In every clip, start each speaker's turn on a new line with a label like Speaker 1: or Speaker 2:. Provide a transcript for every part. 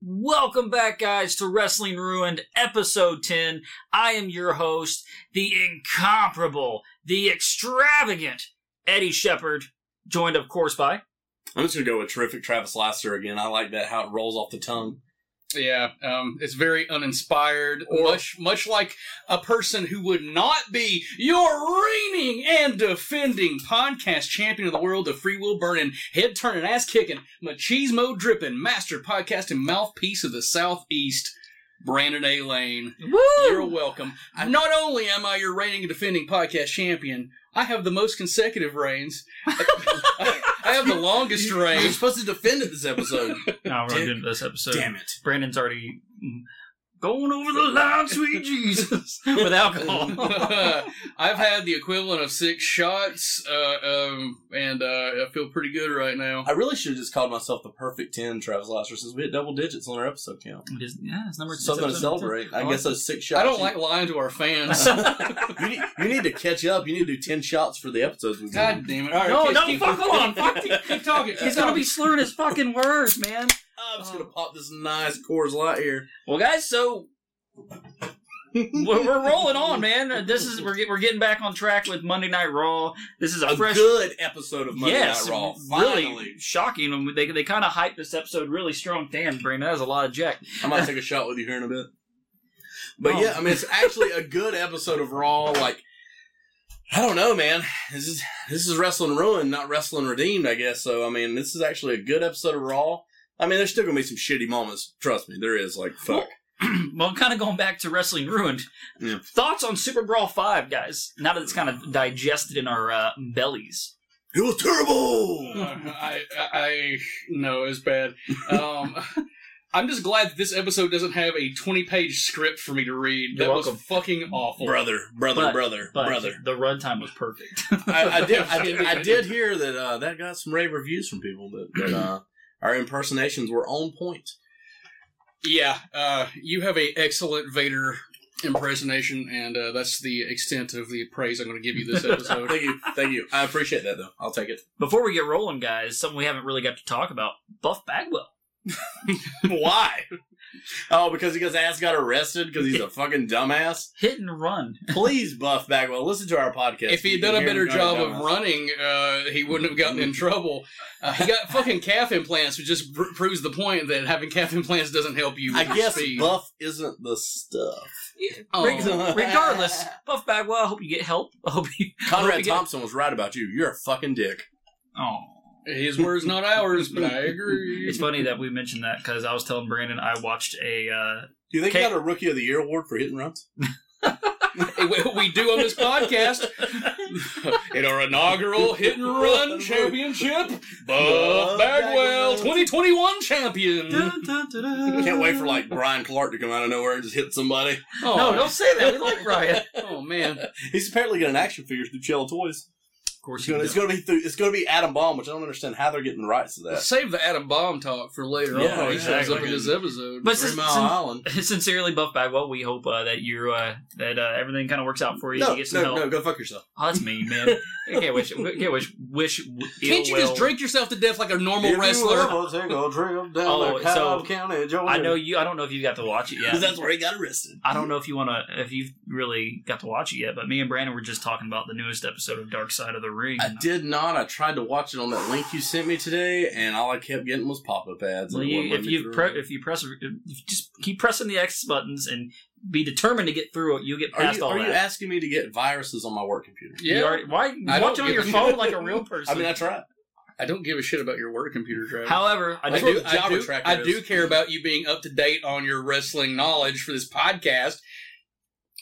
Speaker 1: Welcome back, guys, to Wrestling Ruined, episode 10. I am your host, the incomparable, the extravagant Eddie Shepard, joined, of course, by.
Speaker 2: I'm just gonna go with terrific Travis Laster again. I like that how it rolls off the tongue.
Speaker 3: Yeah, um, it's very uninspired. much, much like a person who would not be your reigning and defending podcast champion of the world of free will burning, head turning, ass kicking, machismo dripping, master podcast and mouthpiece of the southeast, Brandon A. Lane.
Speaker 1: Woo!
Speaker 3: You're welcome. Not only am I your reigning and defending podcast champion, I have the most consecutive reigns. I have the longest
Speaker 2: You're
Speaker 3: reign.
Speaker 2: supposed to defend it this episode.
Speaker 1: no, we're
Speaker 2: Dick.
Speaker 1: doing this episode.
Speaker 2: Damn it!
Speaker 1: Brandon's already mm, going over the line, sweet Jesus, with alcohol.
Speaker 3: I've had the equivalent of six shots, uh, um, and uh, I feel pretty good right now.
Speaker 2: I really should have just called myself the perfect ten Travis Laster since we hit double digits on our episode count.
Speaker 1: It is- yeah, it's number it's
Speaker 2: Something to
Speaker 1: episode
Speaker 2: celebrate. I
Speaker 1: like
Speaker 2: guess those six shots.
Speaker 3: I don't like lying to our fans.
Speaker 2: you, need, you need to catch up. You need to do ten shots for the episodes. We
Speaker 3: God damn it! All right,
Speaker 1: No,
Speaker 3: keep-
Speaker 1: no,
Speaker 3: keep,
Speaker 1: fuck on, fuck the-
Speaker 3: keep talking.
Speaker 1: He's gonna be slurring his fucking words, man.
Speaker 2: I'm just gonna pop this nice Coors Light here.
Speaker 1: Well, guys, so we're, we're rolling on, man. This is we're get, we're getting back on track with Monday Night Raw. This is a,
Speaker 2: A
Speaker 1: fresh,
Speaker 2: good episode of Monday
Speaker 1: yes,
Speaker 2: Night Raw.
Speaker 1: really
Speaker 2: Finally,
Speaker 1: shocking. When They they kind of hyped this episode really strong. Damn, Brandon, that was a lot of jack.
Speaker 2: I might take a shot with you here in a bit. But
Speaker 1: Oh.
Speaker 2: yeah, I mean, it's actually a good episode of Raw. Like, I don't know, man. This is this is wrestling ruined, not wrestling redeemed, I guess. So, I mean, this is actually a good episode of Raw. I mean, there's still gonna be some shitty moments. Trust me, there is. Like, fuck.
Speaker 1: well, kind of going back to wrestling ruined.
Speaker 2: Yeah.
Speaker 1: Thoughts on Super Brawl Five, guys? Now that it's kind of digested in our uh, bellies.
Speaker 2: It was terrible.
Speaker 3: Uh, I, I, I no, it's bad. Um, I'm just glad that this episode doesn't have a 20 page script for me to read.
Speaker 1: You're
Speaker 3: that was
Speaker 1: welcome.
Speaker 3: fucking awful.
Speaker 2: Brother, brother,
Speaker 1: But-
Speaker 2: brother,
Speaker 1: But
Speaker 2: brother.
Speaker 1: the runtime was perfect.
Speaker 2: I, I did, I did, I did hear that uh, that got some rave reviews from people that, that uh, our impersonations were on point.
Speaker 3: Yeah, uh, you have a excellent Vader impersonation, and uh, that's the extent of the praise I'm going to give you this episode.
Speaker 2: Thank you, thank you. I appreciate that though. I'll take it.
Speaker 1: Before we get rolling, guys, something we haven't really got to talk about: Buff Bagwell.
Speaker 2: Why? Oh, because his ass got arrested because he's a fucking dumbass.
Speaker 1: Hit and run.
Speaker 2: Please, Buff Bagwell, listen to our podcast.
Speaker 3: if he had
Speaker 2: You
Speaker 3: done a
Speaker 2: hear
Speaker 3: better
Speaker 2: him go,
Speaker 3: job of
Speaker 2: "Dumbass."
Speaker 3: running, uh, he wouldn't have gotten in trouble. Uh, he got fucking calf implants, which just pr- proves the point that having calf implants doesn't help you.
Speaker 2: I
Speaker 3: with
Speaker 2: guess
Speaker 3: speed.
Speaker 2: Buff isn't the stuff.
Speaker 3: Oh.
Speaker 1: Reg- Regardless, Buff Bagwell, I hope you get help. I hope you. Hope you
Speaker 2: Conrad
Speaker 1: get-
Speaker 2: Thompson was right about you. You're a fucking dick.
Speaker 1: Oh.
Speaker 3: his words, not ours, but I agree.
Speaker 1: It's funny that we mentioned that because I was telling Brandon I watched a. Uh,
Speaker 2: Do you think
Speaker 1: Okay.
Speaker 2: he got a Rookie of the Year award for hitting runs?
Speaker 3: We- we do on this podcast in our inaugural hit and run championship. Buff
Speaker 2: Buff Bagwell.
Speaker 3: Bagwell, 2021 champion.
Speaker 2: Can't wait for like Brian Clark to come out of nowhere and just hit somebody.
Speaker 3: Oh,
Speaker 1: no, don't say that. We like Ryan. Of
Speaker 3: oh man.
Speaker 2: He's apparently getting action figures through Shell Toys.
Speaker 1: course
Speaker 2: It's
Speaker 1: you
Speaker 2: gonna,
Speaker 1: know.
Speaker 2: it's gonna be through, it's gonna be Adam Bomb, which I don't understand how they're getting the rights to that.
Speaker 3: Save the Adam Bomb talk for later
Speaker 2: Yeah,
Speaker 3: on. He shows up
Speaker 1: exactly.
Speaker 3: in this episode.
Speaker 1: But
Speaker 2: Three
Speaker 1: since,
Speaker 2: Mile
Speaker 1: sin-
Speaker 2: Island.
Speaker 1: sincerely, Buff Bagwell, we hope uh, that you uh, that uh, everything kind of works out for you.
Speaker 2: No,
Speaker 1: you get some
Speaker 2: no,
Speaker 1: help.
Speaker 2: no, go fuck yourself.
Speaker 1: Oh, that's me, man. I can't wish. I can't wish. Wish. w-
Speaker 3: Can't you
Speaker 1: ill
Speaker 3: just
Speaker 1: will.
Speaker 3: drink yourself to death like a normal wrestler?
Speaker 1: Oh, to Cobb so-
Speaker 2: County,
Speaker 1: I know you. I don't know if you got to watch it yet.
Speaker 2: that's where he got arrested.
Speaker 1: I don't know if you want to, if you've really got to watch it yet, but me and Brandon were just talking about the newest episode of Dark Side of the Ring.
Speaker 2: I did not. I tried to watch it on that link you sent me today, and all I kept getting was pop up ads.
Speaker 1: Well,
Speaker 2: and it
Speaker 1: you,
Speaker 2: wouldn't let
Speaker 1: if
Speaker 2: me
Speaker 1: you
Speaker 2: through.
Speaker 1: pre- if you press, if you just keep pressing the X buttons and be determined to get through it. You'll get
Speaker 2: are
Speaker 1: past
Speaker 2: you,
Speaker 1: all
Speaker 2: are
Speaker 1: that.
Speaker 2: you asking me to get viruses on my work computer?
Speaker 1: You
Speaker 3: Yeah.
Speaker 1: already- why
Speaker 3: I
Speaker 1: watch it
Speaker 3: don't
Speaker 1: on your
Speaker 3: give a
Speaker 1: phone
Speaker 3: shit.
Speaker 1: like a real person?
Speaker 2: I mean, I tried.
Speaker 3: I don't give a shit about your work computer, Travis.
Speaker 1: However, I
Speaker 3: I
Speaker 2: That's
Speaker 1: do.
Speaker 2: what
Speaker 3: do,
Speaker 2: the
Speaker 3: I,
Speaker 2: Java
Speaker 3: do,
Speaker 2: tracker
Speaker 3: I
Speaker 2: is.
Speaker 3: do care about you being up to date on your wrestling knowledge for this podcast.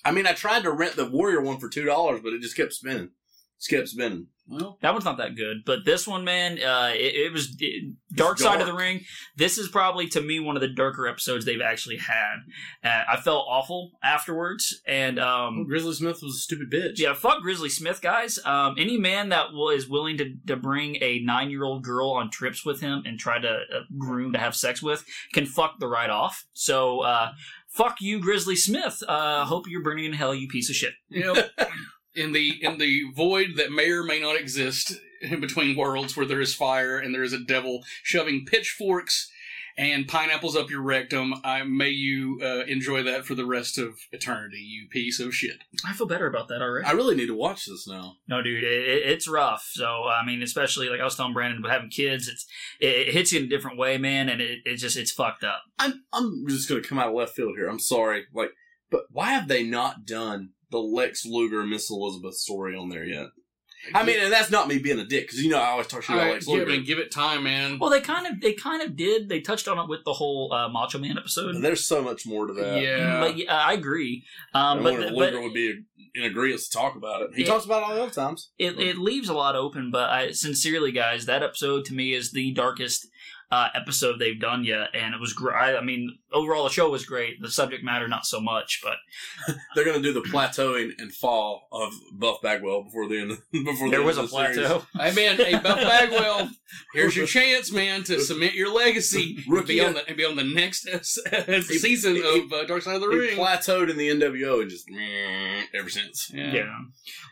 Speaker 2: I mean, I tried to rent the Warrior one for two dollars, but it just kept spinning. Just kept spinning.
Speaker 3: Well,
Speaker 1: That one's not that good, but this one, man, uh, it, it was it- Dark Side of the
Speaker 2: dark.
Speaker 1: Ring. This is probably to me one of the darker episodes they've actually had. Uh, I felt awful afterwards, and
Speaker 3: Oh,
Speaker 1: um,
Speaker 2: Grizzly Smith was a stupid bitch.
Speaker 1: Yeah, fuck Grizzly Smith, guys. Um, any man that will, is willing to, to bring a nine year old girl on trips with him and try to uh, groom to have sex with can fuck the right off. So, uh, fuck you, Grizzly Smith. Uh, hope you're burning in hell, you piece of shit.
Speaker 3: yep. in the in the void that may or may not exist in between worlds, where there is fire and there is a devil shoving pitchforks and pineapples up your rectum. I may you uh, enjoy that for the rest of eternity, you piece of shit.
Speaker 1: I feel better about that already.
Speaker 2: I really need to watch this now.
Speaker 1: No, dude, it, it, it's rough. So I mean, especially like I was telling Brandon, with having kids, it's it, it hits you in a different way, man, and it, it just it's fucked up.
Speaker 2: I'm I'm just gonna come out of left field here. I'm sorry, like, but why have they not done the Lex Luger Miss Elizabeth story on there yet? I mean, and that's not me being a dick because you know I always talk shit
Speaker 3: All
Speaker 2: about
Speaker 3: right,
Speaker 2: Lex
Speaker 3: give,
Speaker 2: Luger.
Speaker 3: it, give it time, man.
Speaker 1: Well, they kind of they kind of did. They touched on it with the whole uh, Macho Man
Speaker 2: But
Speaker 1: episode.
Speaker 2: There's so much more to that.
Speaker 3: yeah.
Speaker 1: But yeah, I agree.
Speaker 2: I
Speaker 1: Um, but
Speaker 2: wonder if
Speaker 1: but
Speaker 2: Luger would be in agreement to talk about it. He
Speaker 1: Yeah.
Speaker 2: talks about it all the other times.
Speaker 1: it, it leaves a lot open. But I sincerely, guys, that episode to me is the darkest uh, episode they've done yet, and it was great. I, I mean, overall, the show was great. The subject matter, not so much, but
Speaker 2: They're gonna do the plateauing and fall of Buff Bagwell before the end. Before the
Speaker 1: there
Speaker 2: end
Speaker 1: was a
Speaker 2: of the series.
Speaker 1: plateau.
Speaker 3: Hey man, hey Buff Bagwell, here's your chance, man, to cement your legacy. and
Speaker 2: Rookie uh,
Speaker 3: Be on the and be on the next season of uh, Dark Side of the
Speaker 2: He
Speaker 3: Ring.
Speaker 2: plateaued in the NWO and just meh, ever since.
Speaker 1: Yeah.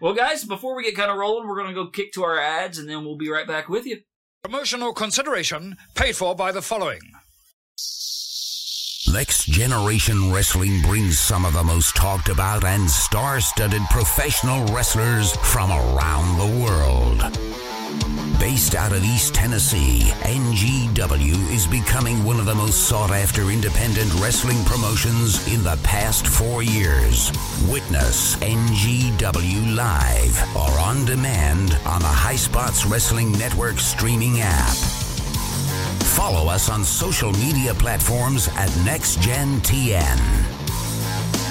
Speaker 1: Well, guys, before we get kind of rolling, we're going to go kick to our ads, and then we'll be right back with you.
Speaker 4: Promotional consideration paid for by the following.
Speaker 5: Next Generation Wrestling brings some of the most talked about and star studded professional wrestlers from around the world. Based out of East Tennessee, NGW is becoming one of the most sought after independent wrestling promotions in the past four years. Witness NGW Live or on demand on the High Spots Wrestling Network streaming app. Follow us on social media platforms at NextGenTN.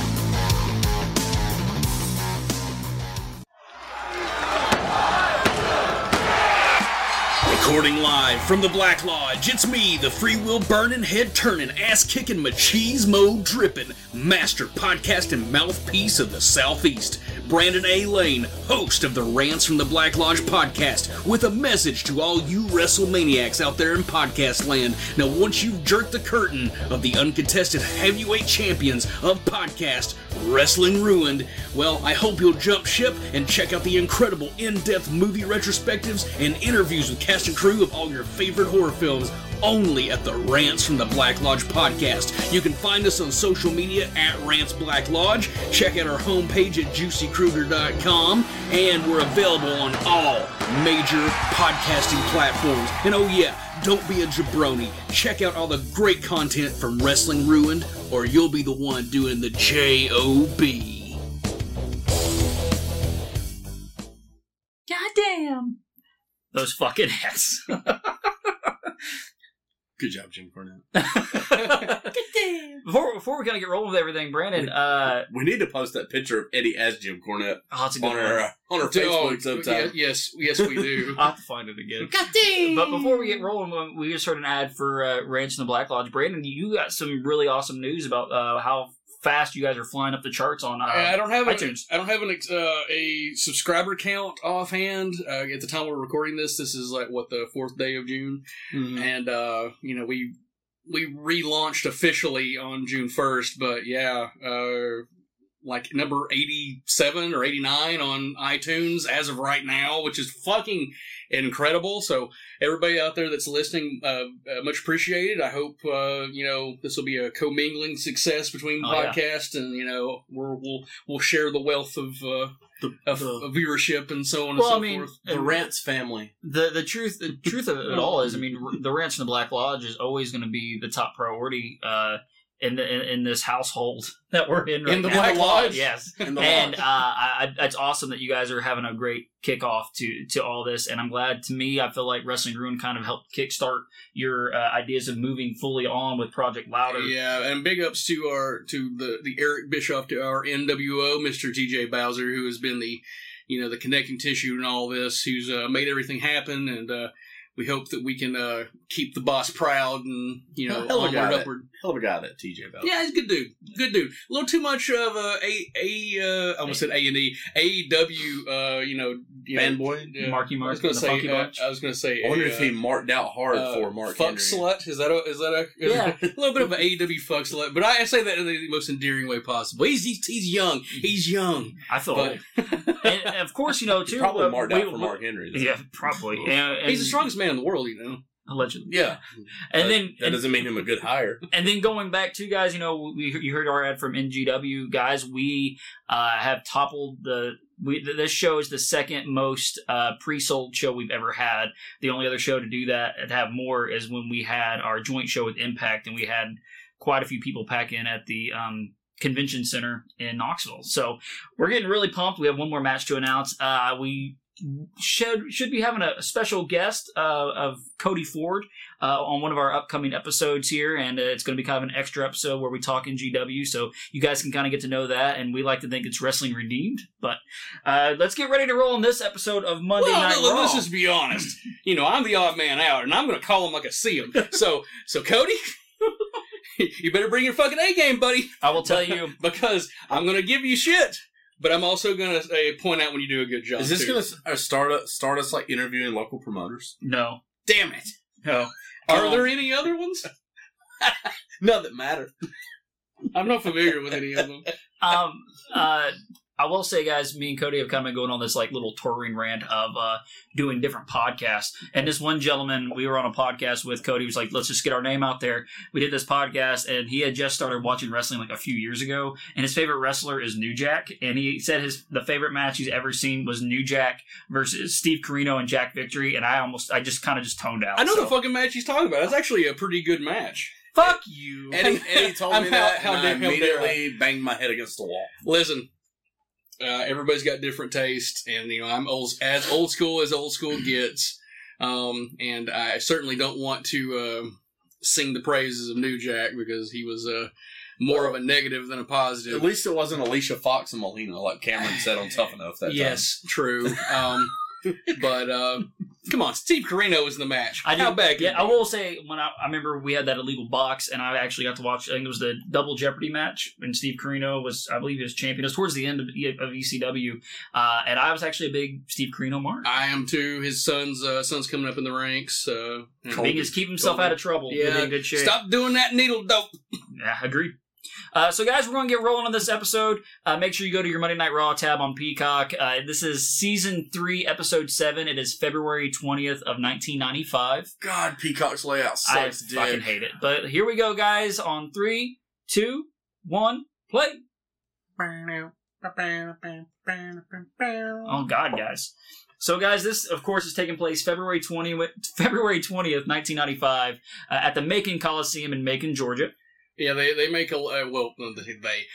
Speaker 6: Recording live from the Black Lodge, it's me, the free will burning, head turning, ass kicking, machismo dripping, master podcast and mouthpiece of the Southeast, Brandon A. Lane, host of the Rants from the Black Lodge podcast, with a message to all you WrestleManiacs out there in podcast land. Now, once you've jerked the curtain of the uncontested heavyweight champions of podcast, Wrestling Ruined, well, I hope you'll jump ship and check out the incredible in depth movie retrospectives and interviews with cast and crew of all your favorite horror films only at the Rants from the Black Lodge podcast. You can find us on social media at Rants Black Lodge. Check out our homepage at juicycruger.com, and we're available on all major podcasting platforms. And oh, yeah, don't be a jabroni. Check out all the great content from Wrestling Ruined, or you'll be the one doing the J.O.B.
Speaker 1: Goddamn. Those fucking ads.
Speaker 2: Good job, Jim Cornette.
Speaker 1: before, before we kind of get rolling with everything, Brandon, uh,
Speaker 2: We need to post that picture of Eddie as Jim Cornette
Speaker 1: oh, it's a good
Speaker 2: on our
Speaker 1: one.
Speaker 2: uh, on our
Speaker 3: Oh,
Speaker 2: Facebook
Speaker 3: yeah,
Speaker 2: sometime.
Speaker 3: yes, yes, we do. Uh,
Speaker 1: I'll have to find it again. But before we get rolling, we just heard an ad for uh, Ranch in the Black Lodge. Brandon, you got some really awesome news about uh, how fast you guys are flying up the charts on. Uh,
Speaker 3: I don't have an,
Speaker 1: iTunes.
Speaker 3: I don't have an ex- uh, a subscriber count offhand. Uh, at the time we're recording this, this is like what the fourth day of June,
Speaker 2: Mhm.
Speaker 3: and uh, you know we we relaunched officially on June first. But yeah, uh, like number eighty seven or eighty nine on iTunes as of right now, which is fucking incredible. So everybody out there that's listening, uh, uh, much appreciated. I hope uh, you know this will be a commingling success between
Speaker 1: Oh, yeah.
Speaker 3: podcast and you know we're, we'll we'll share the wealth of uh, of,
Speaker 2: the-
Speaker 3: of viewership and so on
Speaker 1: Well, I
Speaker 3: and so
Speaker 1: mean,
Speaker 3: forth.
Speaker 2: The Rants family.
Speaker 1: the the truth the truth of it all is, I mean, r- the Ranch in the Black Lodge is always going to be the top priority uh, in the in, in this household that we're in right
Speaker 3: In the
Speaker 1: now.
Speaker 3: Black Lodge?
Speaker 1: yes.
Speaker 2: And the
Speaker 1: and uh,
Speaker 2: Lodge.
Speaker 1: I, I, it's awesome that you guys are having a great kickoff to to all this, and I'm glad. To me, I feel like Wrestling Ruin kind of helped kickstart your uh, ideas of moving fully on with Project Louder.
Speaker 3: Yeah, and big ups to our to the the Eric Bischoff to our NWO, Mister TJ Bowser, who has been the you know the connecting tissue and all this, who's uh, made everything happen, and uh, we hope that we can uh, keep the boss proud and you know
Speaker 2: Oh, hell of a
Speaker 3: onward
Speaker 2: guy that-
Speaker 3: upward.
Speaker 2: Hell of a guy that TJ Bell.
Speaker 3: Yeah, he's a good dude. Good dude. A little too much of a a a uh, I almost said A and E AEW. Uh, you know, you know,
Speaker 2: Fanboy.
Speaker 3: yeah.
Speaker 1: Marky
Speaker 3: I
Speaker 1: Mark,
Speaker 3: was gonna
Speaker 1: the
Speaker 3: say.
Speaker 1: Funky
Speaker 3: Uh,
Speaker 1: Bunch.
Speaker 3: I was gonna say.
Speaker 2: I wonder
Speaker 3: a,
Speaker 2: if he marked out hard
Speaker 3: uh,
Speaker 2: for Mark
Speaker 3: fuck
Speaker 2: Henry.
Speaker 3: slut. Is that a is that a is
Speaker 1: Yeah.
Speaker 3: a little bit of an AEW fuck slut? But I, I say that in the most endearing way possible. He's he's, he's young. He's young.
Speaker 1: I feel,
Speaker 3: But
Speaker 1: and of course, you know
Speaker 2: He's
Speaker 1: too.
Speaker 2: probably
Speaker 1: uh,
Speaker 2: marked
Speaker 1: we-
Speaker 2: out for
Speaker 1: we-
Speaker 2: Mark Henry.
Speaker 1: Yeah, probably. And, and
Speaker 3: he's the strongest man in the world. You know.
Speaker 1: allegedly.
Speaker 2: Yeah.
Speaker 1: And
Speaker 2: That-
Speaker 1: then
Speaker 2: that
Speaker 1: and-
Speaker 2: doesn't make him a good hire.
Speaker 1: and then going back to guys, you know, we you heard our ad from NGW guys. We uh, have toppled the. We, th- this show is the second most uh, pre-sold show we've ever had. The only other show to do that to have more is when we had our joint show with Impact, and we had quite a few people pack in at the um, convention center in Knoxville. So we're getting really pumped. We have one more match to announce. Uh, we should should be having a special guest uh, of Cody Ford uh, on one of our upcoming episodes here, and uh, it's going to be kind of an extra episode where we talk in GW, so you guys can kind of get to know that. And we like to think it's wrestling redeemed, but uh, let's get ready to roll on this episode of Monday
Speaker 3: Well,
Speaker 1: Night
Speaker 3: no,
Speaker 1: Raw.
Speaker 3: let's just be honest. You know, I'm the odd man out, and I'm going to call him like I see him. So, so Cody, you better bring your fucking A game, buddy,
Speaker 1: I will tell you,
Speaker 3: because I'm going to give you shit. But I'm also going to uh, point out when you do a good job.
Speaker 2: Is this
Speaker 3: too.
Speaker 2: going to start us- start us like interviewing local promoters?
Speaker 1: no,
Speaker 3: Damn it!
Speaker 1: no,
Speaker 3: Are there any other ones?
Speaker 2: None that matter.
Speaker 3: I'm not familiar with any of them.
Speaker 1: um, uh, I will say, guys, me and Cody have kind of been going on this like little touring rant of uh, doing different podcasts. And this one gentleman we were on a podcast with, Cody was like, "Let's just get our name out there." We did this podcast, and he had just started watching wrestling like a few years ago. And his favorite wrestler is New Jack, and he said his the favorite match he's ever seen was New Jack versus Steve Carino and Jack Victory. And I almost, I just kind of just toned out.
Speaker 3: I know
Speaker 1: so-
Speaker 3: the fucking match he's talking about. That's actually a pretty good match.
Speaker 1: Fuck you.
Speaker 2: Eddie, Eddie told
Speaker 3: I'm
Speaker 2: me
Speaker 3: how-
Speaker 2: that,
Speaker 3: how
Speaker 2: and I
Speaker 3: dare- how dare I.
Speaker 2: immediately banged my head against the wall.
Speaker 3: Listen, uh, everybody's got different tastes, and you know I'm old, as old school as old school gets, um, and I certainly don't want to uh, sing the praises of New Jack because he was uh, more of a negative than a
Speaker 2: At
Speaker 3: positive.
Speaker 2: least it wasn't Alicia Fox and Molina, like Cameron said on Tough Enough that
Speaker 3: yes, true. Um, but uh, come on, Steve Carino was in the match.
Speaker 1: I
Speaker 3: How
Speaker 1: did-
Speaker 3: bad? could it
Speaker 1: Yeah, I
Speaker 3: be?
Speaker 1: will say when I, I remember we had that illegal box, and I actually got to watch. I think it was the Double Jeopardy match, and Steve Carino was, I believe, he was champion. It was towards the end of, E- of ECW, uh, and I was actually a big Steve Carino mark.
Speaker 3: I am too. His son's uh, son's coming up in the ranks. Uh,
Speaker 1: Being is keep himself
Speaker 3: Colby.
Speaker 1: out of trouble.
Speaker 3: Yeah.
Speaker 1: Yeah, in good shape.
Speaker 3: Stop doing that needle dope.
Speaker 1: Yeah, agree. Uh, so, guys, we're going to get rolling on this episode. Uh, make sure you go to your Monday Night Raw tab on Peacock. Uh, this is season three, episode seven. It is February twentieth of nineteen ninety five.
Speaker 2: time. God, Peacock's layout
Speaker 1: I
Speaker 2: sucks, dude.
Speaker 1: fucking hate it. But here we go, guys. On three, two, one, play.
Speaker 2: Um,
Speaker 1: Oh God, guys. So, guys, this of course is taking place February twenty February twentieth, nineteen ninety five, uh, at the Macon Coliseum in Macon, Georgia.
Speaker 3: Yeah, they they make a uh, well they they-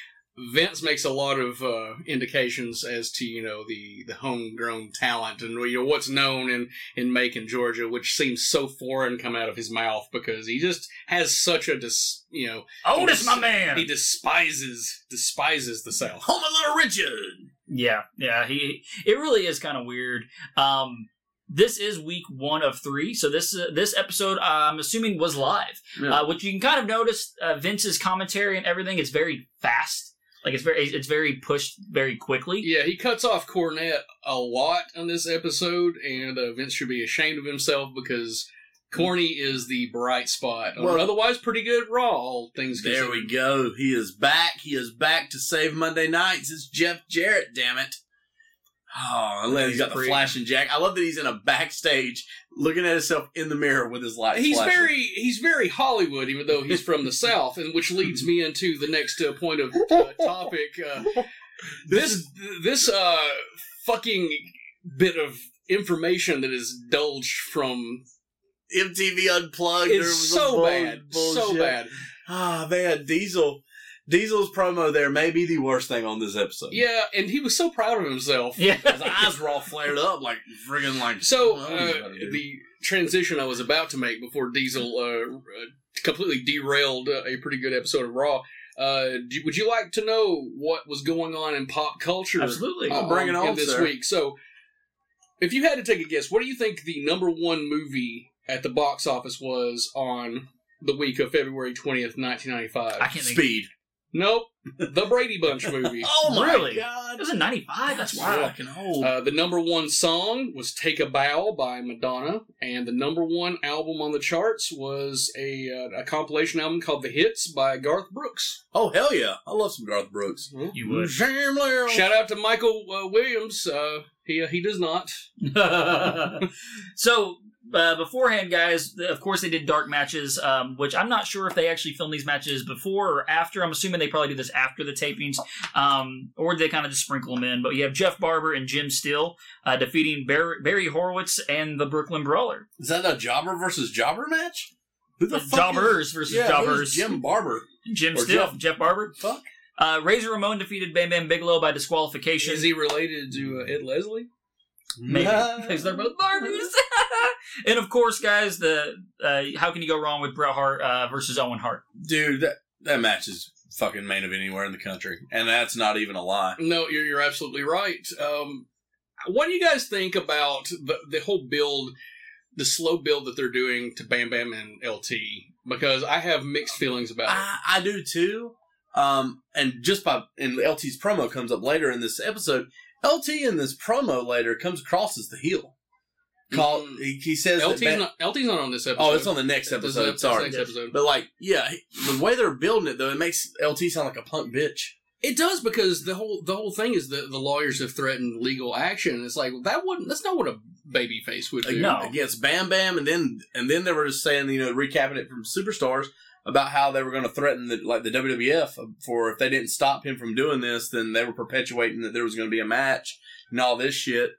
Speaker 3: Vince makes a lot of uh, indications as to you know the the homegrown talent and you know what's known in in Macon, Georgia, which seems so foreign come out of his mouth because he just has such a dis, you know
Speaker 1: Otis, my
Speaker 3: he
Speaker 1: man.
Speaker 3: despises despises the South.
Speaker 2: Home of Little Richard.
Speaker 1: Yeah, yeah. He it really is kind of weird. Um, this is week one of three, so this uh, this episode I'm assuming was live,
Speaker 2: Yeah.
Speaker 1: uh, which you can kind of notice uh, Vince's commentary and everything. It's very fast, like it's very it's very pushed very quickly.
Speaker 3: Yeah, he cuts off Cornette a lot on this episode, and uh, Vince should be ashamed of himself because Corny is the bright spot. Or
Speaker 2: Well-
Speaker 3: otherwise, pretty good Raw. All things
Speaker 2: There
Speaker 3: considered.
Speaker 2: we go. He is back. He is back to save Monday nights. It's Jeff Jarrett, damn it. Oh, I love he's got the
Speaker 1: Creep.
Speaker 2: flashing jack. I love that he's in a backstage looking at himself in the mirror with his lights.
Speaker 3: Uh, He's
Speaker 2: flashing.
Speaker 3: very he's very Hollywood, even though he's from the South, and which leads me into the next uh, point of uh, topic. Uh, this this uh, fucking bit of information that is dulged from
Speaker 2: MTV unplugged. There was
Speaker 3: is
Speaker 2: a
Speaker 3: so
Speaker 2: bull-
Speaker 3: bad, so
Speaker 2: bullshit.
Speaker 3: bad.
Speaker 2: Ah, man, Diesel. Diesel's promo there may be the worst thing on this episode.
Speaker 3: Yeah, and he was so proud of himself.
Speaker 1: Yeah,
Speaker 2: His eyes were all flared up, like friggin' like.
Speaker 3: So
Speaker 2: I don't know
Speaker 3: uh,
Speaker 2: about it, dude.
Speaker 3: the transition I was about to make before Diesel uh, uh, completely derailed uh, a pretty good episode of Raw. Uh, do, would you like to know what was going on in pop culture?
Speaker 1: absolutely.
Speaker 2: Oh, bring it
Speaker 3: um, in
Speaker 2: on,
Speaker 3: this
Speaker 2: sir.
Speaker 3: week. So, if you had to take a guess, what do you think the number one movie at the box office was on the week of February twentieth, nineteen ninety
Speaker 1: I
Speaker 3: five?
Speaker 1: can't think.
Speaker 2: speed.
Speaker 3: Nope, the Brady Bunch movie.
Speaker 2: Oh my
Speaker 1: Really?
Speaker 2: god!
Speaker 1: It was in '95. That's wild.
Speaker 2: Fucking old.
Speaker 3: Uh, the number one song was "Take a Bow" by Madonna, and the number one album on the charts was a, uh, a compilation album called "The Hits" by Garth Brooks.
Speaker 2: oh hell yeah! I love some Garth Brooks.
Speaker 3: Mm-hmm.
Speaker 1: You would.
Speaker 3: Shout out to uh, Michael uh, Williams. Uh, he he does not.
Speaker 1: so uh, beforehand, guys, of course they did dark matches, um, which I'm not sure if they actually filmed these matches before or after. I'm assuming they probably do this after the tapings, um, or they kind of just sprinkle them in. But you have Jeff Barber and Jim Steele uh, defeating Bar- Barry Horowitz and the Brooklyn Brawler.
Speaker 2: Is that a jobber versus jobber match? Who
Speaker 1: The
Speaker 2: the fuck
Speaker 1: jobbers
Speaker 2: is-
Speaker 1: versus
Speaker 2: yeah, who's
Speaker 1: jobbers.
Speaker 2: Jim Barber.
Speaker 1: Jim
Speaker 2: or
Speaker 1: Steele,
Speaker 2: Jeff.
Speaker 1: Jeff, Barber.
Speaker 2: Fuck.
Speaker 1: Uh, Razor Ramon defeated Bam Bam Bigelow by disqualification.
Speaker 3: Is he related to uh, Ed Leslie?
Speaker 1: Maybe
Speaker 2: Nah.
Speaker 1: because they're both Barbies. and of course, guys, the uh, how can you go wrong with Bret Hart uh, versus Owen Hart?
Speaker 2: Dude, that that match is fucking main event anywhere in the country, and that's not even a lie.
Speaker 3: No, you're, you're absolutely right. Um, what do you guys think about the, the whole build, the slow build that they're doing to Bam Bam and LT? Because I have mixed feelings about it.
Speaker 2: I, I do too. Um, and just by and LT's promo comes up later in this episode. LT in this promo later comes across as the heel. Call
Speaker 3: Mm.
Speaker 2: he, he says that
Speaker 3: LT's
Speaker 2: Ba-
Speaker 3: not, LT's not on this episode.
Speaker 2: Oh, it's on the next
Speaker 3: This is
Speaker 2: episode.
Speaker 3: the
Speaker 2: Sorry,
Speaker 3: next episode.
Speaker 2: but like, yeah, he- the way they're building it though, it makes LT sound like a punk bitch.
Speaker 3: It does because the whole the whole thing is that the lawyers have threatened legal action. It's like that wouldn't that's not what a baby face would
Speaker 2: Uh,
Speaker 3: do.
Speaker 1: No.
Speaker 2: Against Bam Bam, and then and then they were just saying, you know, recapping it from Superstars about how they were going to threaten the, like the WWF for if they didn't stop him from doing this, then they were perpetuating that there was going to be a match and all this shit.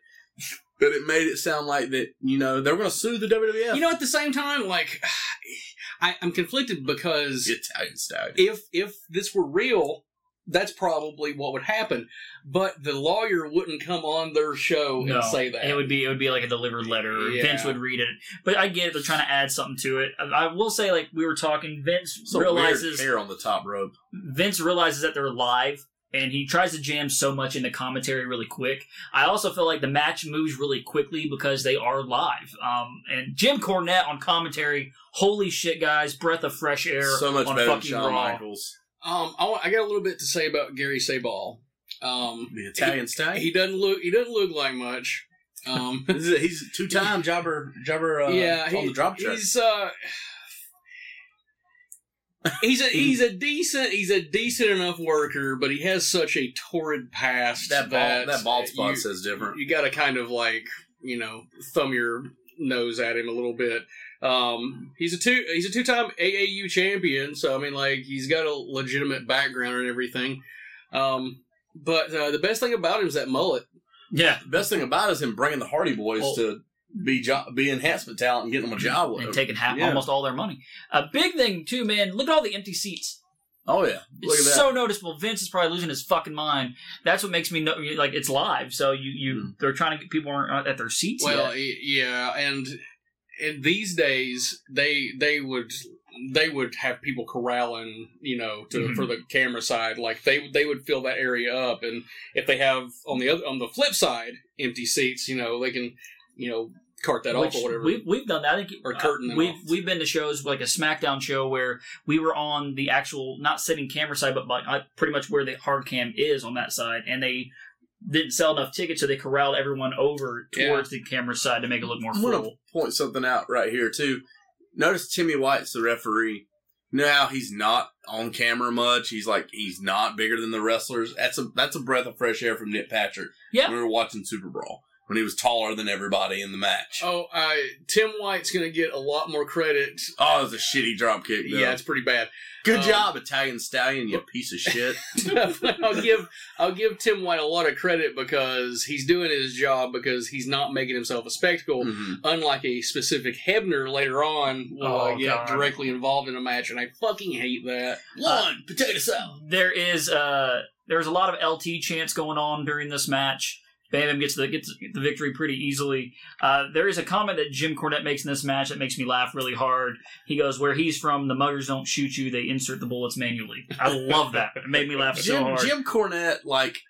Speaker 2: But it made it sound like that, you know, they were going to sue the WWF.
Speaker 3: You know, at the same time, like I, I'm conflicted because
Speaker 2: Italian style.
Speaker 3: if if this were real, that's probably what would happen. But the lawyer wouldn't come on their show
Speaker 1: No.
Speaker 3: and say that.
Speaker 1: It would be it would be like a delivered letter.
Speaker 3: Yeah.
Speaker 1: Vince would read it, but I get it. They're trying to add something to it. I, I will say, like we were talking, Vince
Speaker 2: Some
Speaker 1: realizes
Speaker 2: weird hair on the top rope.
Speaker 1: Vince realizes that they're live. And he tries to jam so much into commentary really quick. I also feel like the match moves really quickly because they are live. Um, and Jim Cornette on commentary, holy shit, guys, breath of fresh air.
Speaker 2: So much
Speaker 1: on
Speaker 2: better than
Speaker 1: fucking
Speaker 2: Shawn
Speaker 1: Raw.
Speaker 2: Michaels.
Speaker 3: um, I, wa- I got a little bit to say about Gary Sabal. Um,
Speaker 2: The Italian style.
Speaker 3: he doesn't look he doesn't look like much. Um,
Speaker 2: He's a, he's a two-time jobber, jobber uh,
Speaker 3: yeah,
Speaker 2: on
Speaker 3: he-
Speaker 2: the drop track.
Speaker 3: he's uh, he's a he's a decent he's a decent enough worker, but he has such a torrid past
Speaker 2: That bald, that bald spot
Speaker 3: you-
Speaker 2: says different.
Speaker 3: you got to kind of like you know thumb your nose at him a little bit. Um, he's a two he's a two time AAU champion, so I mean like he's got a legitimate background and everything. Um, but uh, the best thing about him is that mullet.
Speaker 1: Yeah.
Speaker 2: The best thing about it is him bringing the Hardy Boys
Speaker 1: Well-
Speaker 2: to be jo- be enhancement talent and getting them a job.
Speaker 1: and
Speaker 2: with-
Speaker 1: taking half,
Speaker 2: Yeah.
Speaker 1: almost all their money. A big thing too, man. Look at all the empty seats.
Speaker 2: Oh yeah, look at
Speaker 1: It's
Speaker 2: that.
Speaker 1: so noticeable. Vince is probably losing his fucking mind. That's what makes me know, like it's live. So you you they're trying to get people aren't at their seats. yet.
Speaker 3: Well, y- yeah, and and these days they they would they would have people corralling, you know, to
Speaker 1: Mhm.
Speaker 3: for the camera side. Like they they would fill that area up, and if they have on the other on the flip side empty seats, you know, they can you know cart that
Speaker 1: Which
Speaker 3: off or whatever.
Speaker 1: We've, we've done that. I think, uh,
Speaker 3: Or curtain them
Speaker 1: we've
Speaker 3: off.
Speaker 1: we've been to shows like a SmackDown show where we were on the actual not sitting camera side, but like uh, pretty much where the hard cam is on that side, and they didn't sell enough tickets, so they corralled everyone over
Speaker 3: Yeah.
Speaker 1: towards the camera side to make it look more
Speaker 2: I'm gonna
Speaker 1: full.
Speaker 2: point something out right here too. Notice Timmy White's the referee. Now he's not on camera much. He's like he's not bigger than the wrestlers. That's a that's a breath of fresh air from Nick Patrick.
Speaker 1: Yeah.
Speaker 2: we were watching Super Brawl when he was taller than everybody in the match. Oh,
Speaker 3: Oh, I, Tim White's going to get a lot more credit.
Speaker 2: Oh, it was a shitty drop kick. Though.
Speaker 3: Yeah, it's pretty bad.
Speaker 2: good
Speaker 3: um,
Speaker 2: job, Italian Stallion. You piece of shit.
Speaker 3: I'll give I'll give Tim White a lot of credit because he's doing his job because he's not making himself a spectacle.
Speaker 2: Mhm.
Speaker 3: unlike a specific Hebner later on will
Speaker 1: Oh,
Speaker 3: uh, get
Speaker 1: God.
Speaker 3: directly involved in a match, and I fucking hate that.
Speaker 2: Lawn, potato salad.
Speaker 1: Uh, There is uh there's a lot of LT chants going on during this match. Bam Bam gets the gets the victory pretty easily. Uh, there is a comment that Jim Cornette makes in this match that makes me laugh really hard. He goes, "Where he's from, the muggers don't shoot you; they insert the bullets manually." I love that. It made me laugh so
Speaker 2: Jim,
Speaker 1: hard.
Speaker 2: Jim Cornette, like,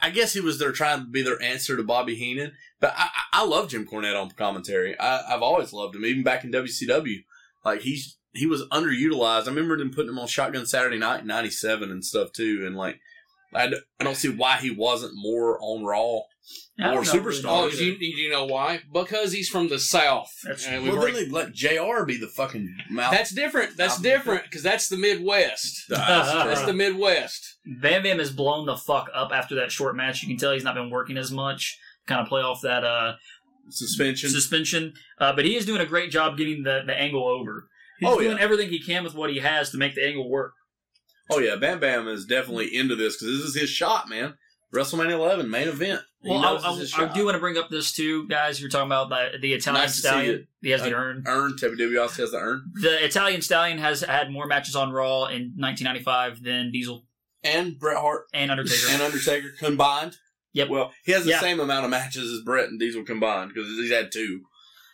Speaker 2: I guess he was there trying to be their answer to Bobby Heenan, but I, I- I love Jim Cornette on commentary. I, I've always loved him, even back in WCW. Like he's he was underutilized. I remember them putting him on Shotgun Saturday Night in '97 and stuff too, and like. I, d- I don't see why he wasn't more on Raw.
Speaker 1: I don't
Speaker 2: or
Speaker 1: know,
Speaker 2: Superstar.
Speaker 1: really.
Speaker 3: Oh, do you, do you know why? Because he's from the South.
Speaker 1: That's-
Speaker 3: And we've
Speaker 2: Well, then
Speaker 3: already-
Speaker 2: they let JR be the fucking mouth.
Speaker 3: that's different. That's
Speaker 2: South-
Speaker 3: different because that's the Midwest. That's the Midwest.
Speaker 1: Bam Bam is blown the fuck up after that short match. You can tell he's not been working as much. Kind of play off that uh
Speaker 2: suspension.
Speaker 1: suspension. Uh, but he is doing a great job getting the, the angle over. He's
Speaker 2: Oh, yeah.
Speaker 1: doing everything he can with what he has to make the angle work.
Speaker 2: oh yeah, Bam Bam is definitely into this because this is his shot, man. WrestleMania 11 main event. He
Speaker 1: Well,
Speaker 2: knows
Speaker 1: I,
Speaker 2: this is
Speaker 1: I,
Speaker 2: his
Speaker 1: I
Speaker 2: shot.
Speaker 1: do want to bring up this too, guys. You're talking about the, the Italian
Speaker 2: Nice to see
Speaker 1: stallion.
Speaker 2: it.
Speaker 1: He has the
Speaker 2: I-
Speaker 1: urn.
Speaker 2: Earn WWF has the earn
Speaker 1: The Italian stallion has had more matches on Raw in 1995 than Diesel
Speaker 2: and Bret Hart
Speaker 1: and Undertaker.
Speaker 2: and Undertaker combined.
Speaker 1: Yep.
Speaker 2: Well, he has the
Speaker 1: Yeah.
Speaker 2: same amount of matches as Brett and Diesel combined because he's had two.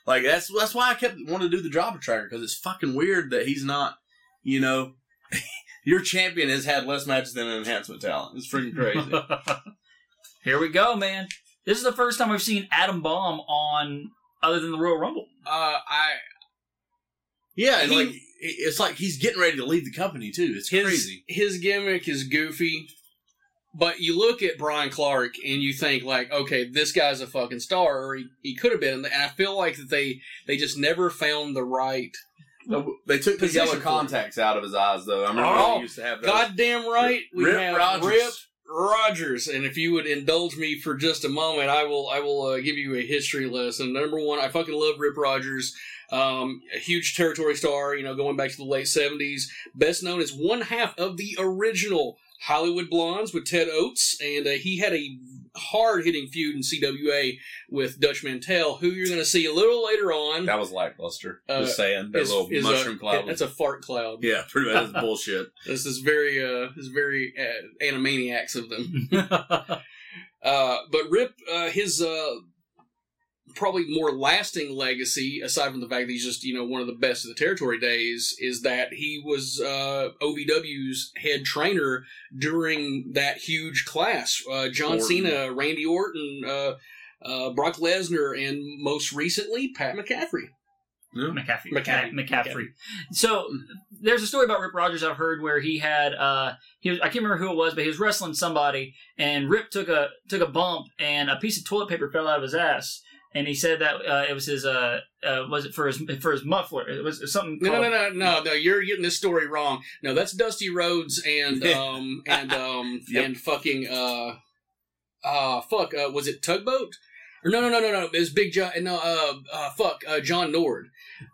Speaker 2: Like that's that's why I kept wanting to do the dropper tracker because it's fucking weird that he's not. You know, your champion has had less matches than an enhancement talent. It's freaking crazy.
Speaker 1: Here we go, man. This is the first time we've seen Adam Bomb on other than the Royal Rumble.
Speaker 3: Uh, I
Speaker 2: yeah, and
Speaker 3: He-
Speaker 2: like it's like he's getting ready to leave the company too. It's
Speaker 3: his
Speaker 2: crazy.
Speaker 3: his gimmick is goofy, but you look at Brian Clark and you think like, okay, this guy's a fucking star, or he, he could have been. And I feel like that they they just never found the right.
Speaker 2: They took the
Speaker 3: Position
Speaker 2: yellow
Speaker 3: for
Speaker 2: contacts out of his eyes though. I remember
Speaker 3: Oh,
Speaker 2: they used to have those.
Speaker 3: Goddamn right, we
Speaker 2: Rip
Speaker 3: have
Speaker 2: Rogers.
Speaker 3: Rip Rogers. And if you would indulge me for just a moment, I will I will uh, give you a history lesson. Number one, I fucking love Rip Rogers. Um, a huge territory star, you know, going back to the late seventies. Best known as one half of the original Hollywood Blondes with Ted Oates, and uh, he had a hard hitting feud in CWA with Dutch Mantel, who you're going to see a little later on.
Speaker 2: That was lackluster.
Speaker 3: Uh,
Speaker 2: Just saying, that
Speaker 3: is-
Speaker 2: little
Speaker 3: is
Speaker 2: mushroom
Speaker 3: a,
Speaker 2: cloud.
Speaker 3: That's a fart cloud.
Speaker 2: yeah, pretty much that's bullshit.
Speaker 3: This is very, uh, this is very uh, animaniacs of them. uh, but Rip, uh, his uh, probably more lasting legacy, aside from the fact that he's just you know one of the best of the territory days, is that he was uh, OVW's head trainer during that huge class. Uh, John
Speaker 2: Orton.
Speaker 3: Cena, Randy Orton, uh, uh, Brock Lesnar, and most recently Pat McCaffrey.
Speaker 1: McCaffrey.
Speaker 3: McCaffrey.
Speaker 1: McCaffrey. So there's a story about Rip Rogers I've heard where he had uh he was I can't remember who it was, but he was wrestling somebody and Rip took a took a bump and a piece of toilet paper fell out of his ass. And he said that uh, it was his uh, uh was it for his for his muffler? It was something.
Speaker 3: No,
Speaker 1: called-
Speaker 3: no, no, no, no! You're getting this story wrong. No, that's Dusty Rhodes and um and um
Speaker 2: Yep.
Speaker 3: and fucking uh uh fuck uh, was it Tugboat? Or no, no, no, no, no! It was Big John. No, uh, uh fuck uh, John Nord.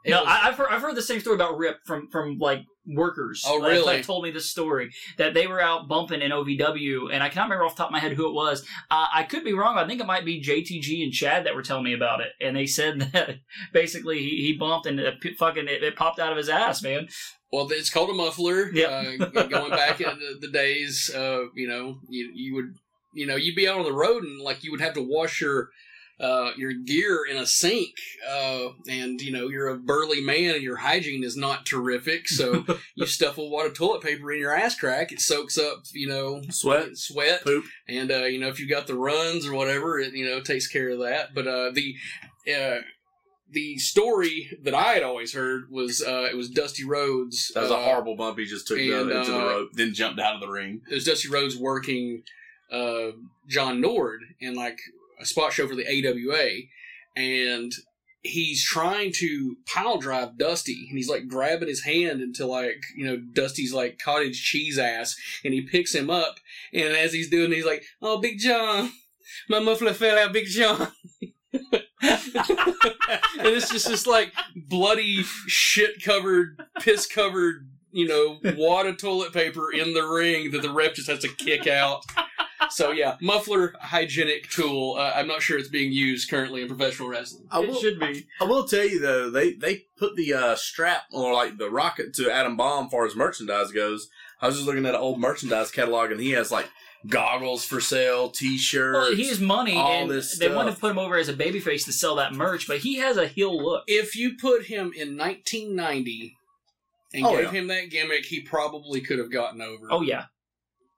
Speaker 3: It
Speaker 1: No,
Speaker 3: was-
Speaker 1: I, I've heard I've heard the same story about Rip from from like workers.
Speaker 3: Oh,
Speaker 1: Like,
Speaker 3: really?
Speaker 1: like, told me this story that they were out bumping in OVW, and I cannot remember off the top of my head who it was. Uh, I could be wrong. I think it might be JTG and Chad that were telling me about it, and they said that basically he, he bumped and it, p- fucking it, it popped out of his ass, man.
Speaker 3: Well, it's called a muffler.
Speaker 1: Yeah.
Speaker 3: Uh, going back into the days, uh, you know, you, you would, you know, you'd be out on the road and like you would have to wash your, uh, your gear in a sink. Uh, and you know, you're a burly man and your hygiene is not terrific. So you stuff a wad of toilet paper in your ass crack. It soaks up, you know,
Speaker 2: Sweat,
Speaker 3: sweat.
Speaker 2: poop.
Speaker 3: And uh, you know, if you got the runs or whatever, it you know takes care of that. But uh, the uh, the story that I had always heard was uh, it was Dusty Rhodes.
Speaker 2: That was a
Speaker 3: uh,
Speaker 2: horrible bump. He just took the,
Speaker 3: and,
Speaker 2: into the
Speaker 3: uh,
Speaker 2: rope, then jumped out of the ring.
Speaker 3: It was Dusty Rhodes working uh, John Nord in like a spot show for the AWA, and he's trying to pile drive Dusty, and he's like grabbing his hand into like you know Dusty's like cottage cheese ass, and he picks him up, and as he's doing, it, he's like, "Oh, Big John." My muffler fell out, Big John. and it's just this like bloody shit covered, piss covered, you know, wad of toilet paper in the ring that the rep just has to kick out. So yeah, muffler hygienic tool. Uh, I'm not sure it's being used currently in professional wrestling.
Speaker 2: I
Speaker 1: it
Speaker 2: will,
Speaker 1: should be.
Speaker 2: I will tell you though, they they put the uh, strap or like the rocket to Adam Bomb far as merchandise goes. I was just looking at an old merchandise catalog, and he has like goggles for sale, T-shirts.
Speaker 1: Well, he is money,
Speaker 2: all
Speaker 1: and
Speaker 2: this
Speaker 1: they wanted to
Speaker 2: stuff.
Speaker 1: put him over as a babyface to sell that merch, but he has a heel look.
Speaker 3: If you put him in 1990 and
Speaker 2: Oh,
Speaker 3: gave
Speaker 2: yeah.
Speaker 3: him that gimmick, he probably could have gotten over.
Speaker 1: Oh yeah, at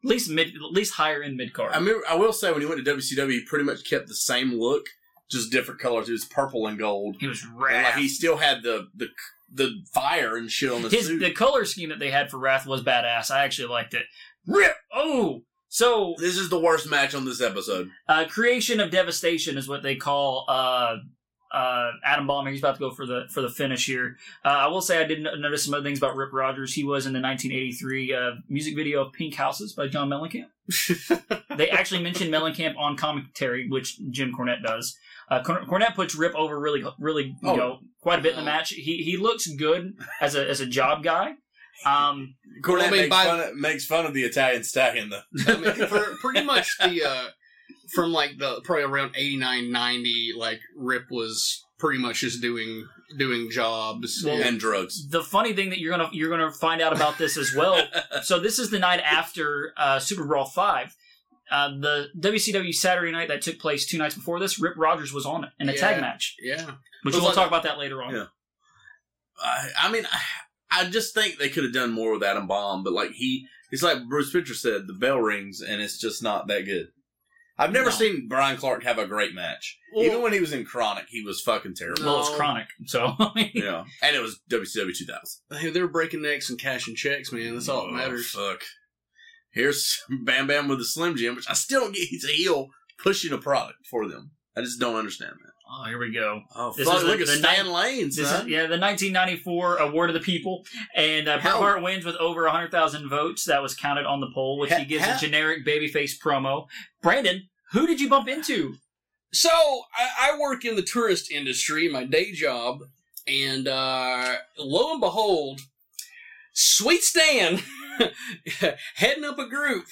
Speaker 1: least mid, at least higher end mid card.
Speaker 2: I mean, I will say when he went to WCW, he pretty much kept the same look, just different colors. It was purple and gold.
Speaker 1: he was
Speaker 2: And,
Speaker 1: rad.
Speaker 2: like he still had the the the fire and shit on the
Speaker 1: His,
Speaker 2: suit.
Speaker 1: the color scheme that they had for Wrath was badass. I actually liked it. Rip! Oh! So,
Speaker 2: this is the worst match on this episode.
Speaker 1: uh, Creation of Devastation is what they call uh, uh, Adam Ballmer. He's about to go for the for the finish here. Uh, I will say I did no- notice some other things about Rip Rogers. He was in the 1983 uh, music video of Pink Houses by John Mellencamp. they actually mentioned Mellencamp on commentary, which Jim Cornette does. Uh, Corn- Cornette puts Rip over really, really, you
Speaker 2: Oh.
Speaker 1: know, quite a bit in the
Speaker 7: Oh.
Speaker 1: match. He he looks good as a as a job guy. Um,
Speaker 2: Cornette
Speaker 7: I mean,
Speaker 2: makes,
Speaker 7: by-
Speaker 2: fun of, makes fun of the Italian stallion, though.
Speaker 3: I mean, for pretty much the uh, from like the probably around 89, 90, like Rip was pretty much just doing doing jobs.
Speaker 1: Well,
Speaker 3: and
Speaker 2: And drugs.
Speaker 1: the funny thing that you're gonna you're gonna find out about this as well. so this is the night after uh, Super Brawl Five. Uh, the WCW Saturday night that took place two nights before this, Rip Rogers was on it in a tag
Speaker 3: Yeah.
Speaker 1: match,
Speaker 3: yeah,
Speaker 1: which
Speaker 2: It was
Speaker 1: we'll
Speaker 2: like-
Speaker 1: talk about that later on.
Speaker 2: Yeah. I, I mean, I, I just think they could have done more with Adam Bomb, but like he, it's like Bruce Pitcher said, the bell rings and it's just not that good. I've never
Speaker 1: No.
Speaker 2: seen Brian Clark have a great match. Even when he was in Chronic, he was fucking terrible.
Speaker 1: Well, it's
Speaker 3: No.
Speaker 1: chronic, so
Speaker 2: You know, and it was WCW 2000.
Speaker 3: hey, they were breaking necks and cashing checks, man. That's all that matters.
Speaker 2: Oh, fuck. Here's Bam Bam with the Slim Jim, which I still don't get. He's a heel pushing a product for them. I just don't understand that.
Speaker 1: oh, here we go.
Speaker 2: Oh,
Speaker 1: This
Speaker 2: fuck.
Speaker 1: is the-
Speaker 2: look at
Speaker 1: the
Speaker 2: Stan Lane,
Speaker 1: This
Speaker 2: son.
Speaker 1: is yeah, the 1994 Award of the People, and uh, Bret
Speaker 2: How-
Speaker 1: Hart wins with over 100,000 votes. That was counted on the poll, which
Speaker 2: Ha-
Speaker 1: he gives
Speaker 2: ha-
Speaker 1: a generic babyface promo. Brandon, who did you bump into?
Speaker 3: So I, I work in the tourist industry, my day job, and uh, lo and behold, Sweet Stan heading up a group,